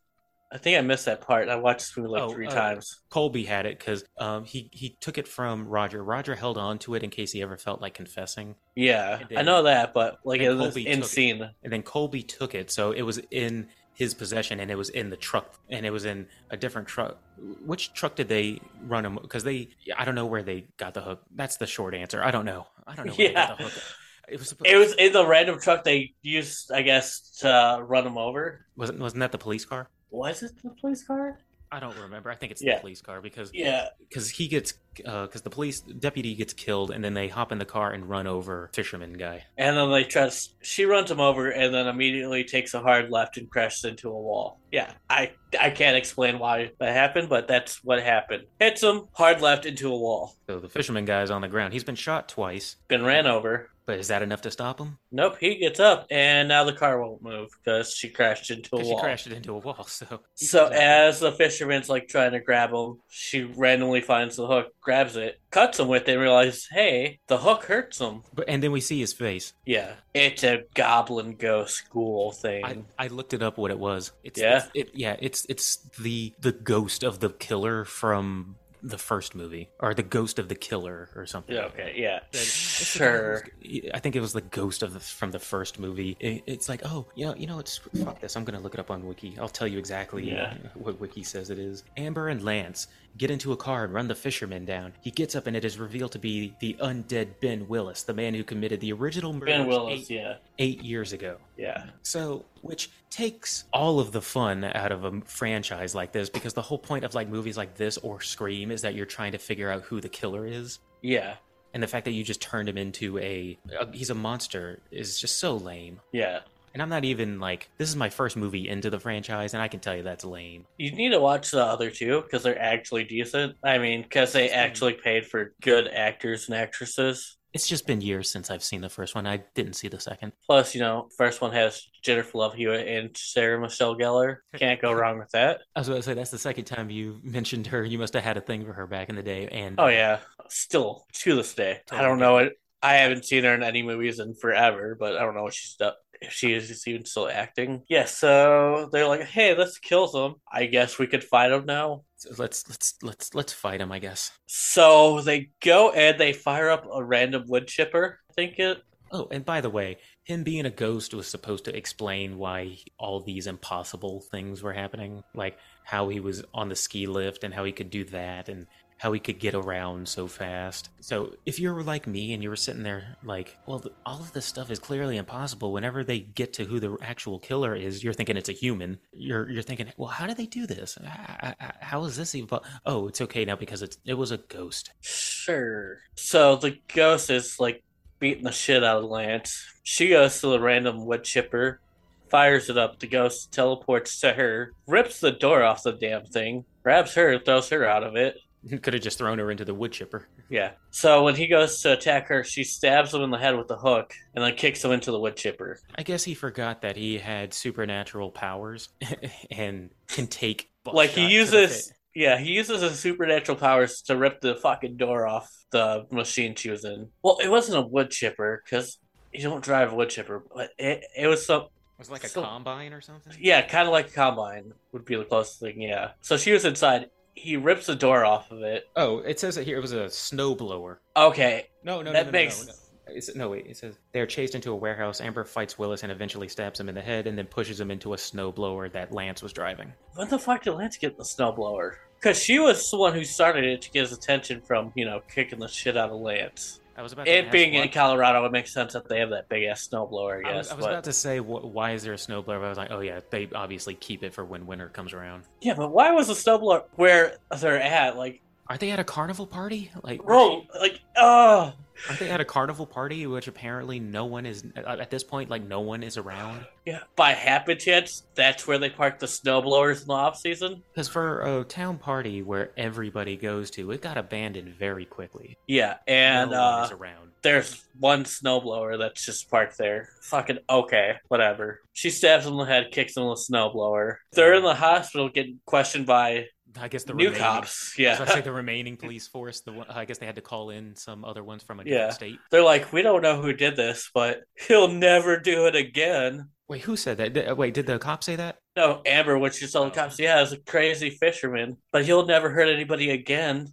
S1: I think I missed that part. I watched this movie like
S2: Oh,
S1: three
S2: uh,
S1: times.
S2: Colby had it because um, he he took it from Roger. Roger held on to it in case he ever felt like confessing,
S1: Yeah,
S2: and then-
S1: I know that, but like
S2: and
S1: it was
S2: Colby
S1: in
S2: took it.
S1: scene.
S2: and then Colby took it. So it was in his possession, and it was in the truck, and it was in a different truck. Which truck did they run him? Because they, I don't know where they got the hook. That's the short answer. I don't know. I don't know. Where they got the
S1: Yeah.
S2: hook. It was.
S1: It was in the random truck they used, I guess, to run him over.
S2: Wasn't wasn't that the police car?
S1: Was it the police car?
S2: I don't remember. I think it's
S1: Yeah.
S2: the police car because
S1: Yeah,
S2: because he gets because the police deputy gets killed, and then they hop in the car and run over fisherman guy.
S1: and then they try. To, she runs him over, and then immediately takes a hard left and crashes into a wall. Yeah, I I can't explain why that happened, but that's what happened. Hits him hard left into a wall.
S2: So the fisherman guy's on the ground. He's been shot twice,
S1: Been ran over.
S2: but is that enough to stop him?
S1: Nope, he gets up, and now the car won't move because she crashed into a
S2: Because she
S1: wall.
S2: crashed into a wall. So
S1: So as the fisherman's like trying to grab him, she randomly finds the hook, grabs it, cuts him with it, and realizes, hey, the hook hurts him.
S2: but and then we see his face.
S1: Yeah, it's a goblin ghost school thing.
S2: I, I looked it up what it was. It's,
S1: Yeah?
S2: it's- it, yeah. It's it's the the ghost of the killer from the first movie, or the ghost of the killer, or something.
S1: yeah, okay, yeah,
S2: Then it's the guy
S1: sure.
S2: who's- I think it was the ghost of the, from the first movie. It, it's like, oh, you know, you know, it's fuck this. I'm gonna look it up on Wiki. I'll tell you exactly
S1: Yeah.
S2: what Wiki says it is. Amber and Lance get into a car and run the fisherman down. He gets up, and it is revealed to be the undead Ben Willis, the man who committed the original murder
S1: Ben Willis,
S2: eight,
S1: yeah,
S2: eight years ago.
S1: yeah.
S2: So, which takes all of the fun out of a franchise like this, because the whole point of like movies like this or Scream is that you're trying to figure out who the killer is
S1: Yeah,
S2: and the fact that you just turned him into a, a he's a monster is just so lame
S1: yeah.
S2: and i'm not even like this is my first movie into the franchise and i can tell you that's lame
S1: You need to watch the other two because they're actually decent. I mean, because they actually paid for good actors and actresses.
S2: it's just been years since i've seen the first one i didn't see the second
S1: Plus, you know, first one has Jennifer Love Hewitt and Sarah Michelle Gellar. Can't go wrong with that.
S2: i was about to say that's the second time you mentioned her you must have had a thing for her back in the day and
S1: Oh yeah, still to this day. I don't know it. I haven't seen her in any movies in forever, but I don't know what she's done. If she is just even still acting. Yeah, so they're like, "Hey, let's kill them." I guess we could fight them now.
S2: so let's let's let's let's fight him i guess
S1: So they go and they fire up a random wood chipper. I think it.
S2: oh and by the way him being a ghost was supposed to explain why all these impossible things were happening like how he was on the ski lift and how he could do that and how he could get around so fast. So if you were like me and you were sitting there like, well, th- all of this stuff is clearly impossible. Whenever they get to who the actual killer is, you're thinking it's a human. You're you're thinking, well, how do they do this? I- I- I- How is this even? po- Oh, it's okay now because it's it was a ghost.
S1: Sure. So the ghost is like beating the shit out of Lance. She goes to the random wood chipper, fires it up. The ghost teleports to her, rips the door off the damn thing, grabs her, throws her out of it.
S2: Could have just thrown her into the wood chipper.
S1: Yeah. So when he goes to attack her, she stabs him in the head with the hook and then kicks him into the wood chipper.
S2: I guess he forgot that he had supernatural powers and can take. butt
S1: like
S2: shot
S1: he
S2: to the
S1: uses.
S2: fa-
S1: Yeah, he uses his supernatural powers to rip the fucking door off the machine she was in. Well, it wasn't a wood chipper because you don't drive a wood chipper, but it, it was some
S2: It was like a
S1: So-
S2: combine or something.
S1: Yeah, kind of like a combine would be the closest thing. Yeah. So she was inside. He rips the door off of it.
S2: Oh, it says it here. It was a snowblower.
S1: Okay.
S2: No, no, no,
S1: That
S2: no,
S1: makes-
S2: no, no. It's, no, wait. It says they are chased into a warehouse. Amber fights Willis and eventually stabs him in the head, and then pushes him into a snowblower that Lance was driving.
S1: When the fuck did Lance get the snowblower? Because she was the one who started it to get his attention from, you know, kicking the shit out of Lance.
S2: I was about to
S1: It
S2: ask
S1: being
S2: why-
S1: in Colorado, it makes sense that they have that big ass snowblower, I
S2: I
S1: guess.
S2: was, I was
S1: but,
S2: about to say, wh- why is there a snowblower? But I was like, oh yeah, they obviously keep it for when winter comes around.
S1: yeah, but why was the snowblower where they're at? Like,
S2: Are they at a carnival party? Like,
S1: bro, like, oh.
S2: are they at a carnival party? Which apparently no one is uh, at at this point. Like, no one is around.
S1: Yeah. By happy chance, that's where they park the snowblowers in the off season?
S2: Because for a town party where everybody goes to, it got abandoned very quickly.
S1: Yeah. And,
S2: no
S1: uh,
S2: one is around.
S1: there's one snowblower that's just parked there. Fucking okay, whatever. She stabs him in the head, kicks him with a snowblower. They're in the hospital getting questioned by
S2: I guess the
S1: New
S2: remaining-
S1: cops.
S2: I was gonna
S1: Yeah.
S2: say the remaining police force. The one, I guess they had to call in some other ones from a
S1: Yeah.
S2: different state.
S1: They're like, we don't know who did this, but he'll never do it again.
S2: Wait, who said that? Did- uh, wait, did the cop say that?
S1: No, Amber, when she's telling
S2: Oh.
S1: the cops, yeah, it's a crazy fisherman, but he'll never hurt anybody again.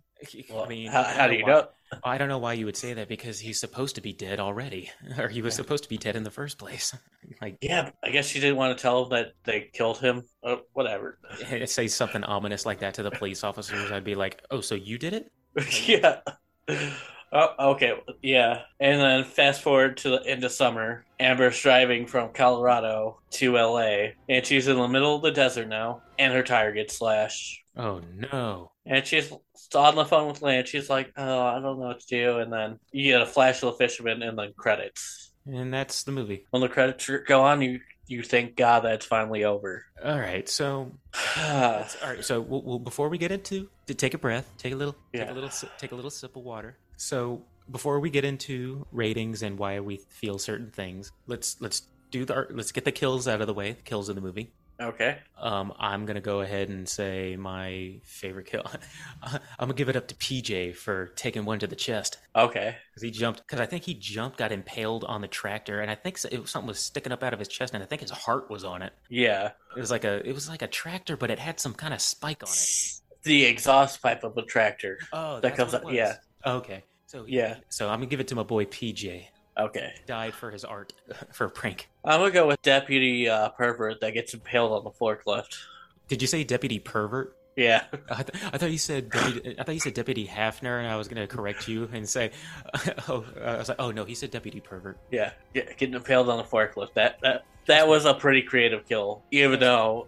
S1: Well,
S2: I mean,
S1: how,
S2: I
S1: how
S2: don't
S1: do you
S2: why-
S1: know?
S2: I don't know why you would say that because he's supposed to be dead already, or he was supposed to be dead in the first place. Like,
S1: Yeah, I guess she didn't want to tell him that they killed him. Oh, whatever.
S2: say something ominous like that to the police officers, I'd be like, "Oh, so you did it?"
S1: yeah. Oh, okay. Yeah. And then fast forward to the end of summer. Amber's driving from Colorado to LA, and she's in the middle of the desert now, and her tire gets slashed.
S2: Oh no!
S1: And she's on the phone with Lance. She's like, oh, I don't know what to do. And then you get a flash of the fisherman and then credits.
S2: And that's the movie.
S1: When the credits go on, you, you thank God that's finally over.
S2: All right, so
S1: Uh.
S2: That's- all right. So, we'll, we'll, before we get into, to take a breath, take a little, take
S1: Yeah.
S2: a little, si- take a little sip of water. So, before we get into ratings and why we feel certain things, let's let's do the let's get the kills out of the way. The kills of the movie.
S1: okay.
S2: Um, I'm gonna go ahead and say my favorite kill. I'm gonna give it up to PJ for taking one to the chest
S1: Okay.
S2: because he jumped. Because I think he jumped, got impaled on the tractor, and I think so- it was, something was sticking up out of his chest, and I think his heart was on it.
S1: Yeah.
S2: It was like a it was like a tractor, but it had some kind of spike on it.
S1: The exhaust pipe of a tractor.
S2: Oh,
S1: That
S2: that's
S1: comes up-
S2: what it was.
S1: yeah.
S2: Okay. So
S1: Yeah.
S2: So I'm gonna give it to my boy PJ.
S1: Okay.
S2: Died for his art, for a prank.
S1: I'm gonna go with deputy uh, pervert that gets impaled on the forklift.
S2: Did you say deputy pervert?
S1: Yeah,
S2: I, th- I thought you said deputy, I thought you said deputy Hafner, and I was gonna correct you and say, oh, uh, I was like, oh no, he said deputy pervert.
S1: yeah, get, getting impaled on the forklift. That that that was a pretty creative kill. Even though,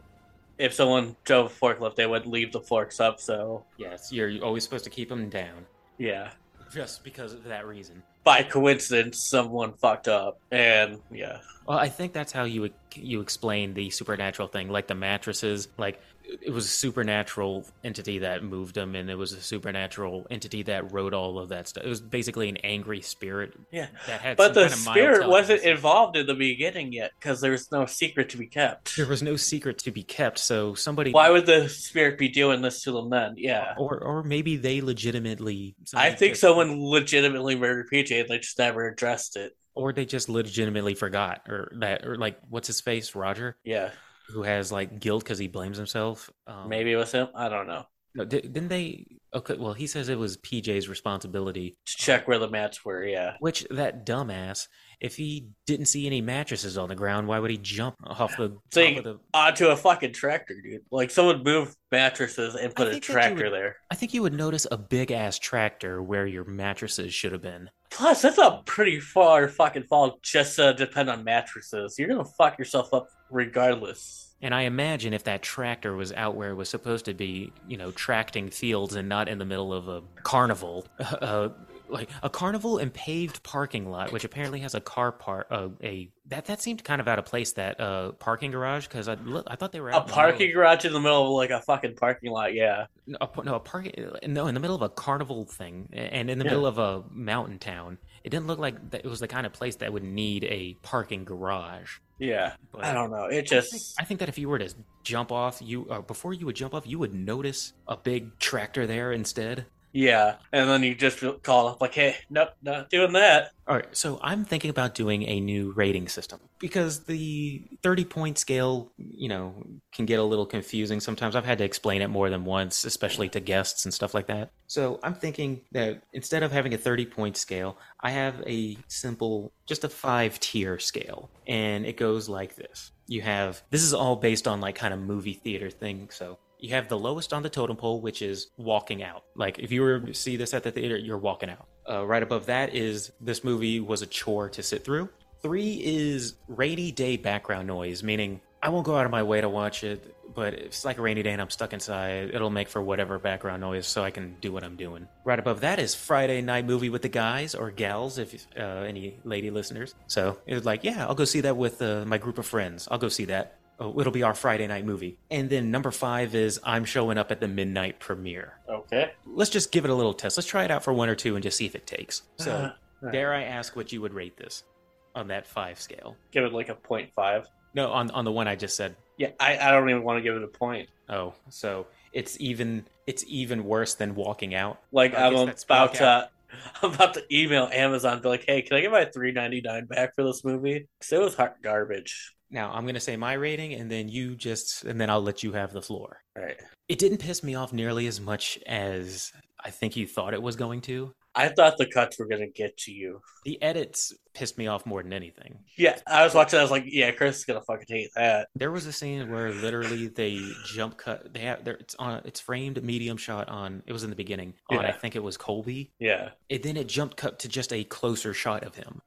S1: if someone drove a forklift, they would leave the forks up. So
S2: Yes, you're always supposed to keep him down,
S1: yeah,
S2: just because of that reason.
S1: by coincidence, someone fucked up, and yeah,
S2: Well, I think that's how you you explain the supernatural thing, like the mattresses. Like it was a supernatural entity that moved them, and it was a supernatural entity that wrote all of that stuff. It was basically an angry spirit
S1: yeah.
S2: that had.
S1: But
S2: some
S1: the
S2: kind of mild
S1: spirit wasn't
S2: telekinesis.
S1: involved in the beginning yet because there was no secret to be kept.
S2: There was no secret to be kept, so somebody.
S1: Why would the spirit be doing this to the men? Yeah.
S2: Or, or maybe they legitimately.
S1: I
S2: somebody
S1: think
S2: just-
S1: someone legitimately murdered PJ and they just never addressed it.
S2: Or they just legitimately forgot, or that, or like, what's his face, Roger,
S1: Yeah.
S2: who has like guilt because he blames himself. Um,
S1: Maybe it was him. I don't know.
S2: No, di- didn't they? Okay, well, he says it was PJ's responsibility,
S1: To check where the mats were. Yeah.
S2: which that dumbass, if he didn't see any mattresses on the ground, why would he jump off the
S1: Thing-
S2: top of the?
S1: Onto a fucking tractor, dude. Like someone moved mattresses and put a
S2: think that you
S1: tractor
S2: would-
S1: there.
S2: I think you would notice a big ass tractor where your mattresses should have been.
S1: Plus, that's a pretty far fucking fall just to depend on mattresses. You're gonna fuck yourself up regardless.
S2: And I imagine if that tractor was out where it was supposed to be, you know, tracting fields and not in the middle of a carnival, uh, like a carnival and paved parking lot, which apparently has a car park, uh, a that that seemed kind of out of place that uh, parking garage because I look, I thought they were
S1: A
S2: out in the middle of-
S1: parking garage in the middle of like a fucking parking lot. Yeah.
S2: No, a, par- no, a parking. No, in the middle of a carnival thing, and in the
S1: Yeah.
S2: middle of a mountain town. It didn't look like that it was the kind of place that would need a parking garage.
S1: Yeah.
S2: But
S1: I don't know. It
S2: I think,
S1: just.
S2: I think that if you were to jump off, you uh, before you would jump off, you would notice a big tractor there instead.
S1: Yeah. And then you just call up like, hey, nope, not doing that.
S2: All right, so I'm thinking about doing a new rating system because the 30 point scale, you know, can get a little confusing sometimes. I've had to explain it more than once, especially to guests and stuff like that. So I'm thinking that instead of having a 30 point scale, I have a simple, just a five tier scale. And it goes like this You have, this is all based on like kind of movie theater thing. So you have the lowest on the totem pole, which is walking out. Like if you were to see this at the theater, you're walking out. Uh, right above that is this movie was a chore to sit through. Three is rainy day background noise, meaning I won't go out of my way to watch it, but if it's like a rainy day and I'm stuck inside, it'll make for whatever background noise so I can do what I'm doing. Right above that is Friday night movie with the guys or gals, if uh, any lady listeners. So it was like, yeah, I'll go see that with uh, my group of friends. I'll go see that. Oh, it'll be our Friday night movie. And then number five is I'm showing up at the midnight premiere.
S1: Okay.
S2: Let's just give it a little test. Let's try it out for one or two and just see if it takes.
S1: Uh-huh.
S2: So,
S1: Alright.
S2: dare I ask what you would rate this on that five scale?
S1: give it like a point five.
S2: No, on, on the one I just said.
S1: Yeah, I, I don't even want to give it a point.
S2: Oh, so it's even it's even worse than walking out.
S1: Like
S2: I
S1: I'm
S2: guess that's
S1: about
S2: blackout.
S1: to, I'm about to email Amazon, be like, "Hey, can I get my three ninety nine back for this movie? Because it was hot garbage."
S2: Now I'm gonna say my rating, and then you just and then I'll let you have the floor.
S1: All right,
S2: It didn't piss me off nearly as much as I think you thought it was going to.
S1: I thought the cuts were gonna get to you.
S2: The edits pissed me off more than anything.
S1: Yeah, I was watching. I was like, "Yeah, Chris is gonna fucking hate that."
S2: There was a scene where literally they jump cut. They have there. It's on. It's framed medium shot on. It was in the beginning on. I
S1: Yeah.
S2: think it was Colby.
S1: Yeah,
S2: And then it jumped cut to just a closer shot of him,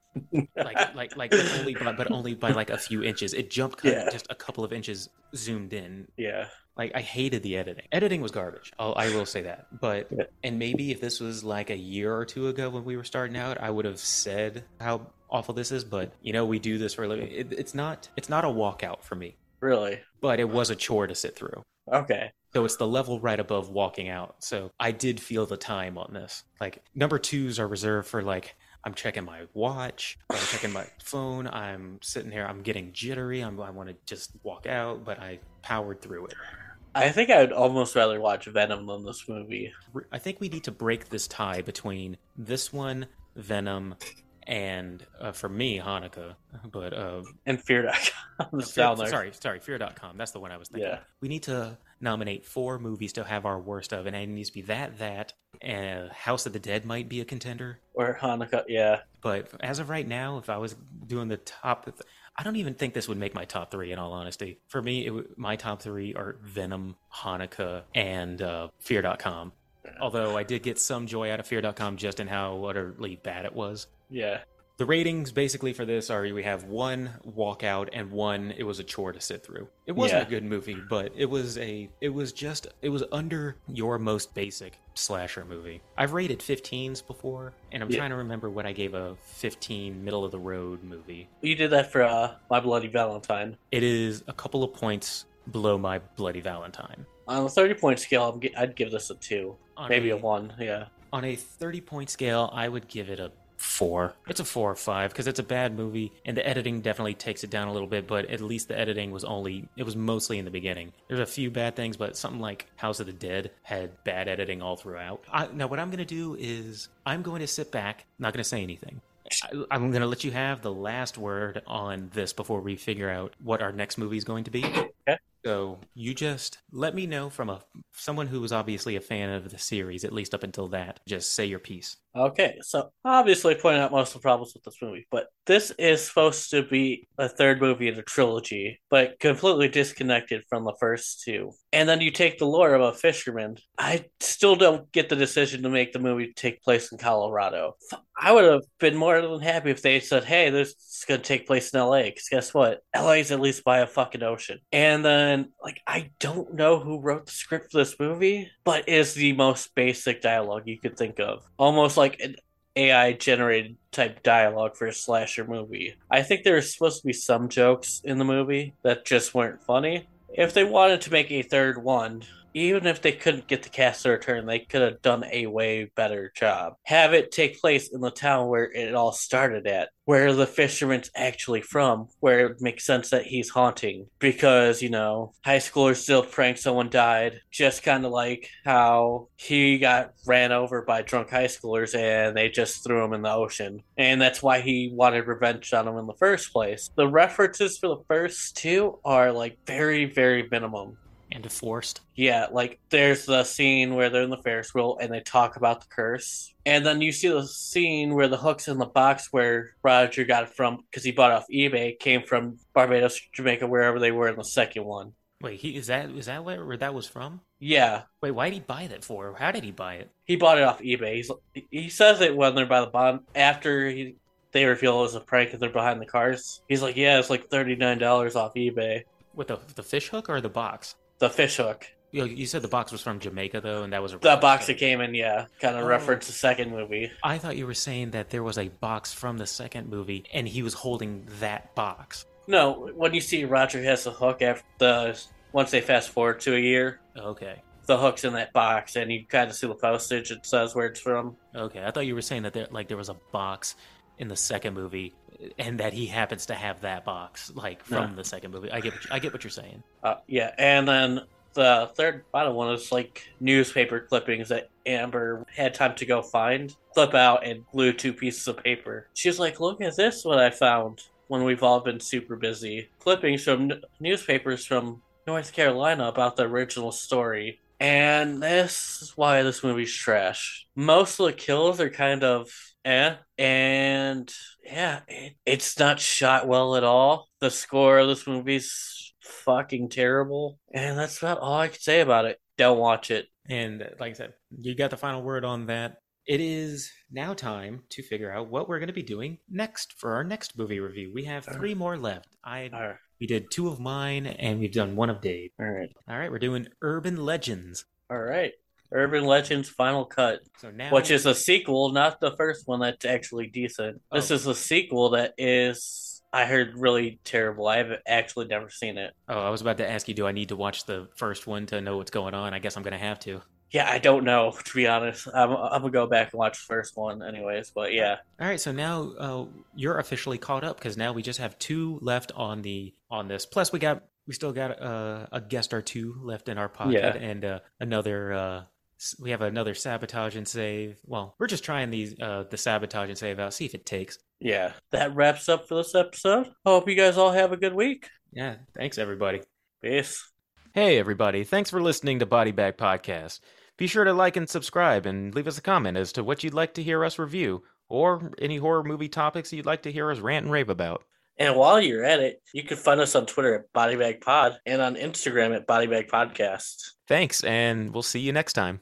S2: like like like but only by, but only by like a few inches. It jumped cut
S1: Yeah.
S2: just a couple of inches zoomed in.
S1: yeah.
S2: Like I hated the editing. Editing was garbage. I'll, I will say that. But
S1: Yeah.
S2: and maybe if this was like a year or two ago when we were starting out, I would have said how awful this is. But you know, we do this for a living. It, it's not it's not a walkout for me.
S1: Really?
S2: but it was a chore to sit through.
S1: Okay.
S2: So it's the level right above walking out. So I did feel the time on this. Like number twos are reserved for like I'm checking my watch, I'm checking my phone, I'm sitting here, I'm getting jittery, I'm, I want to just walk out, but I powered through it.
S1: I think I'd almost rather watch Venom than this movie.
S2: Re- I think we need to break this tie between this one, Venom, and uh, for me Hanukkah, but uh,
S1: And Fear.com
S2: No,
S1: is
S2: Fear,
S1: down there.
S2: sorry, sorry, fear.com. That's the one I was thinking.
S1: Yeah.
S2: We need to nominate four movies to have our worst of, and it needs to be that, that, and House of the Dead might be a contender.
S1: Or Hanukkah. Yeah.
S2: But as of right now, if I was doing the top, I don't even think this would make my top three. In all honesty, for me, it, would- my top three are Venom, Hanukkah, and uh, Fear.com. Although I did get some joy out of Fear.com just in how utterly bad it was.
S1: Yeah.
S2: The ratings basically for this are we have one walkout and one it was a chore to sit through. It wasn't a
S1: Yeah.
S2: good movie, but it was a it was just it was under your most basic slasher movie. I've rated 15s before, and I'm
S1: Yeah.
S2: trying to remember what I gave a 15 middle of the road movie.
S1: You did that for uh, My Bloody Valentine.
S2: It is a couple of points below my bloody Valentine.
S1: On a 30 point scale, I'm gi- I'd give this a two.
S2: On
S1: Maybe a one. Yeah.
S2: on a 30 point scale, I would give it a four. It's a four or five because it's a bad movie, and the editing definitely takes it down a little bit, but at least the editing was only, it was mostly in the beginning. There's a few bad things, but something like House of the Dead had bad editing all throughout. I, now, what I'm going to do is I'm going to sit back, not going to say anything. I, I'm going to let you have the last word on this before we figure out what our next movie is going to be. So you just let me know from a someone who was obviously a fan of the series, at least up until that. Just say your piece.
S1: Okay, so obviously pointing out most of the problems with this movie, but this is supposed to be a third movie in a trilogy, but completely disconnected from the first two. And then you take the lore of a fisherman. I still don't get the decision to make the movie take place in Colorado. F- I would have been more than happy if they said, hey, this is going to take place in LA, because guess what? LA's at least by a fucking ocean. And then, like, I don't know who wrote the script for this movie, but is the most basic dialogue you could think of. Almost like an AI generated type dialogue for a slasher movie. I think there was supposed to be some jokes in the movie that just weren't funny. If they wanted to make a third one, even if they couldn't get the cast to return, they could have done a way better job. Have it take place in the town where it all started at, where the fisherman's actually from, where it makes sense that he's haunting. Because, you know, high schoolers still prank someone died, just kind of like how he got ran over by drunk high schoolers and they just threw him in the ocean. And that's why he wanted revenge on him in the first place. The references for the first two are like very, very minimum.
S2: And forced.
S1: Yeah, like there's the scene where they're in the Ferris wheel and they talk about the curse. And then you see the scene where the hook's in the box where Roger got it from because he bought it off eBay, came from Barbados, Jamaica, wherever they were in the second one.
S2: Wait, he is that is that where, where that was from?
S1: Yeah,
S2: Wait, why did he buy that for? How did he buy it?
S1: he bought it off eBay. He's, he says it when they're by the bond after he, they reveal it was a prank and they're behind the cars. He's like, Yeah, it's like $39 off eBay.
S2: With the the fish hook or the box?
S1: The fish hook.
S2: You, you said the box was from Jamaica though, and that was a
S1: The box
S2: so-
S1: that came in, yeah, kind of
S2: Oh.
S1: referenced the second movie.
S2: I thought you were saying that there was a box from the second movie, and he was holding that box.
S1: No, when you see Roger has the hook after the once they fast forward to a year,
S2: Okay.
S1: the hook's in that box, and you kind of see the postage. It says where it's from.
S2: Okay, I thought you were saying that there like there was a box in the second movie, and that he happens to have that box like from
S1: No.
S2: the second movie. I get what you, I get what you're saying.
S1: Uh, yeah, and then The third bottom one is like newspaper clippings that Amber had time to go find, flip out, and glue two pieces of paper. She was like, Look at this, what I found when we've all been super busy. Clippings from n- newspapers from North Carolina about the original story. And this is why this movie's trash. Most of the kills are kind of eh. And yeah, it, it's not shot well at all. The score of this movie's fucking terrible. And that's about all I can say about it. Don't watch it.
S2: And uh, like I said, you got the final word on that. It is now time to figure out what we're going to be doing next for our next movie review. We have
S1: All right.
S2: three more left. I
S1: All right.
S2: we did two of mine, and we've done one of Dave.
S1: All right.
S2: All right, we're doing Urban Legends.
S1: All right. Urban Legends Final Cut,
S2: So now,
S1: which is a sequel, not the first one that's actually decent. This
S2: Oh.
S1: is a sequel that is, I heard, really terrible. I have actually never seen it.
S2: oh, I was about to ask you, do I need to watch the first one to know what's going on? I guess I'm going to have to.
S1: Yeah, I don't know, to be honest. I'm, I'm going to go back and watch the first one, anyways. But yeah.
S2: All right, so now uh, you're officially caught up because now we just have two left on the on this. Plus, we got we still got uh, a guest or two left in our pocket,
S1: Yeah.
S2: and uh, another uh, s- we have another sabotage and save. Well, we're just trying these uh, the sabotage and save out, see if it takes.
S1: Yeah. That wraps up for this episode. Hope you guys all have a good week.
S2: Yeah, thanks everybody.
S1: Peace.
S2: Hey everybody, thanks for listening to Body Bag Podcast. Be sure to like and subscribe, and leave us a comment as to what you'd like to hear us review, or any horror movie topics you'd like to hear us rant and rave about.
S1: And while you're at it, you can find us on Twitter at Bodybag Pod and on Instagram at Bodybag Podcast.
S2: Thanks, and we'll see you next time.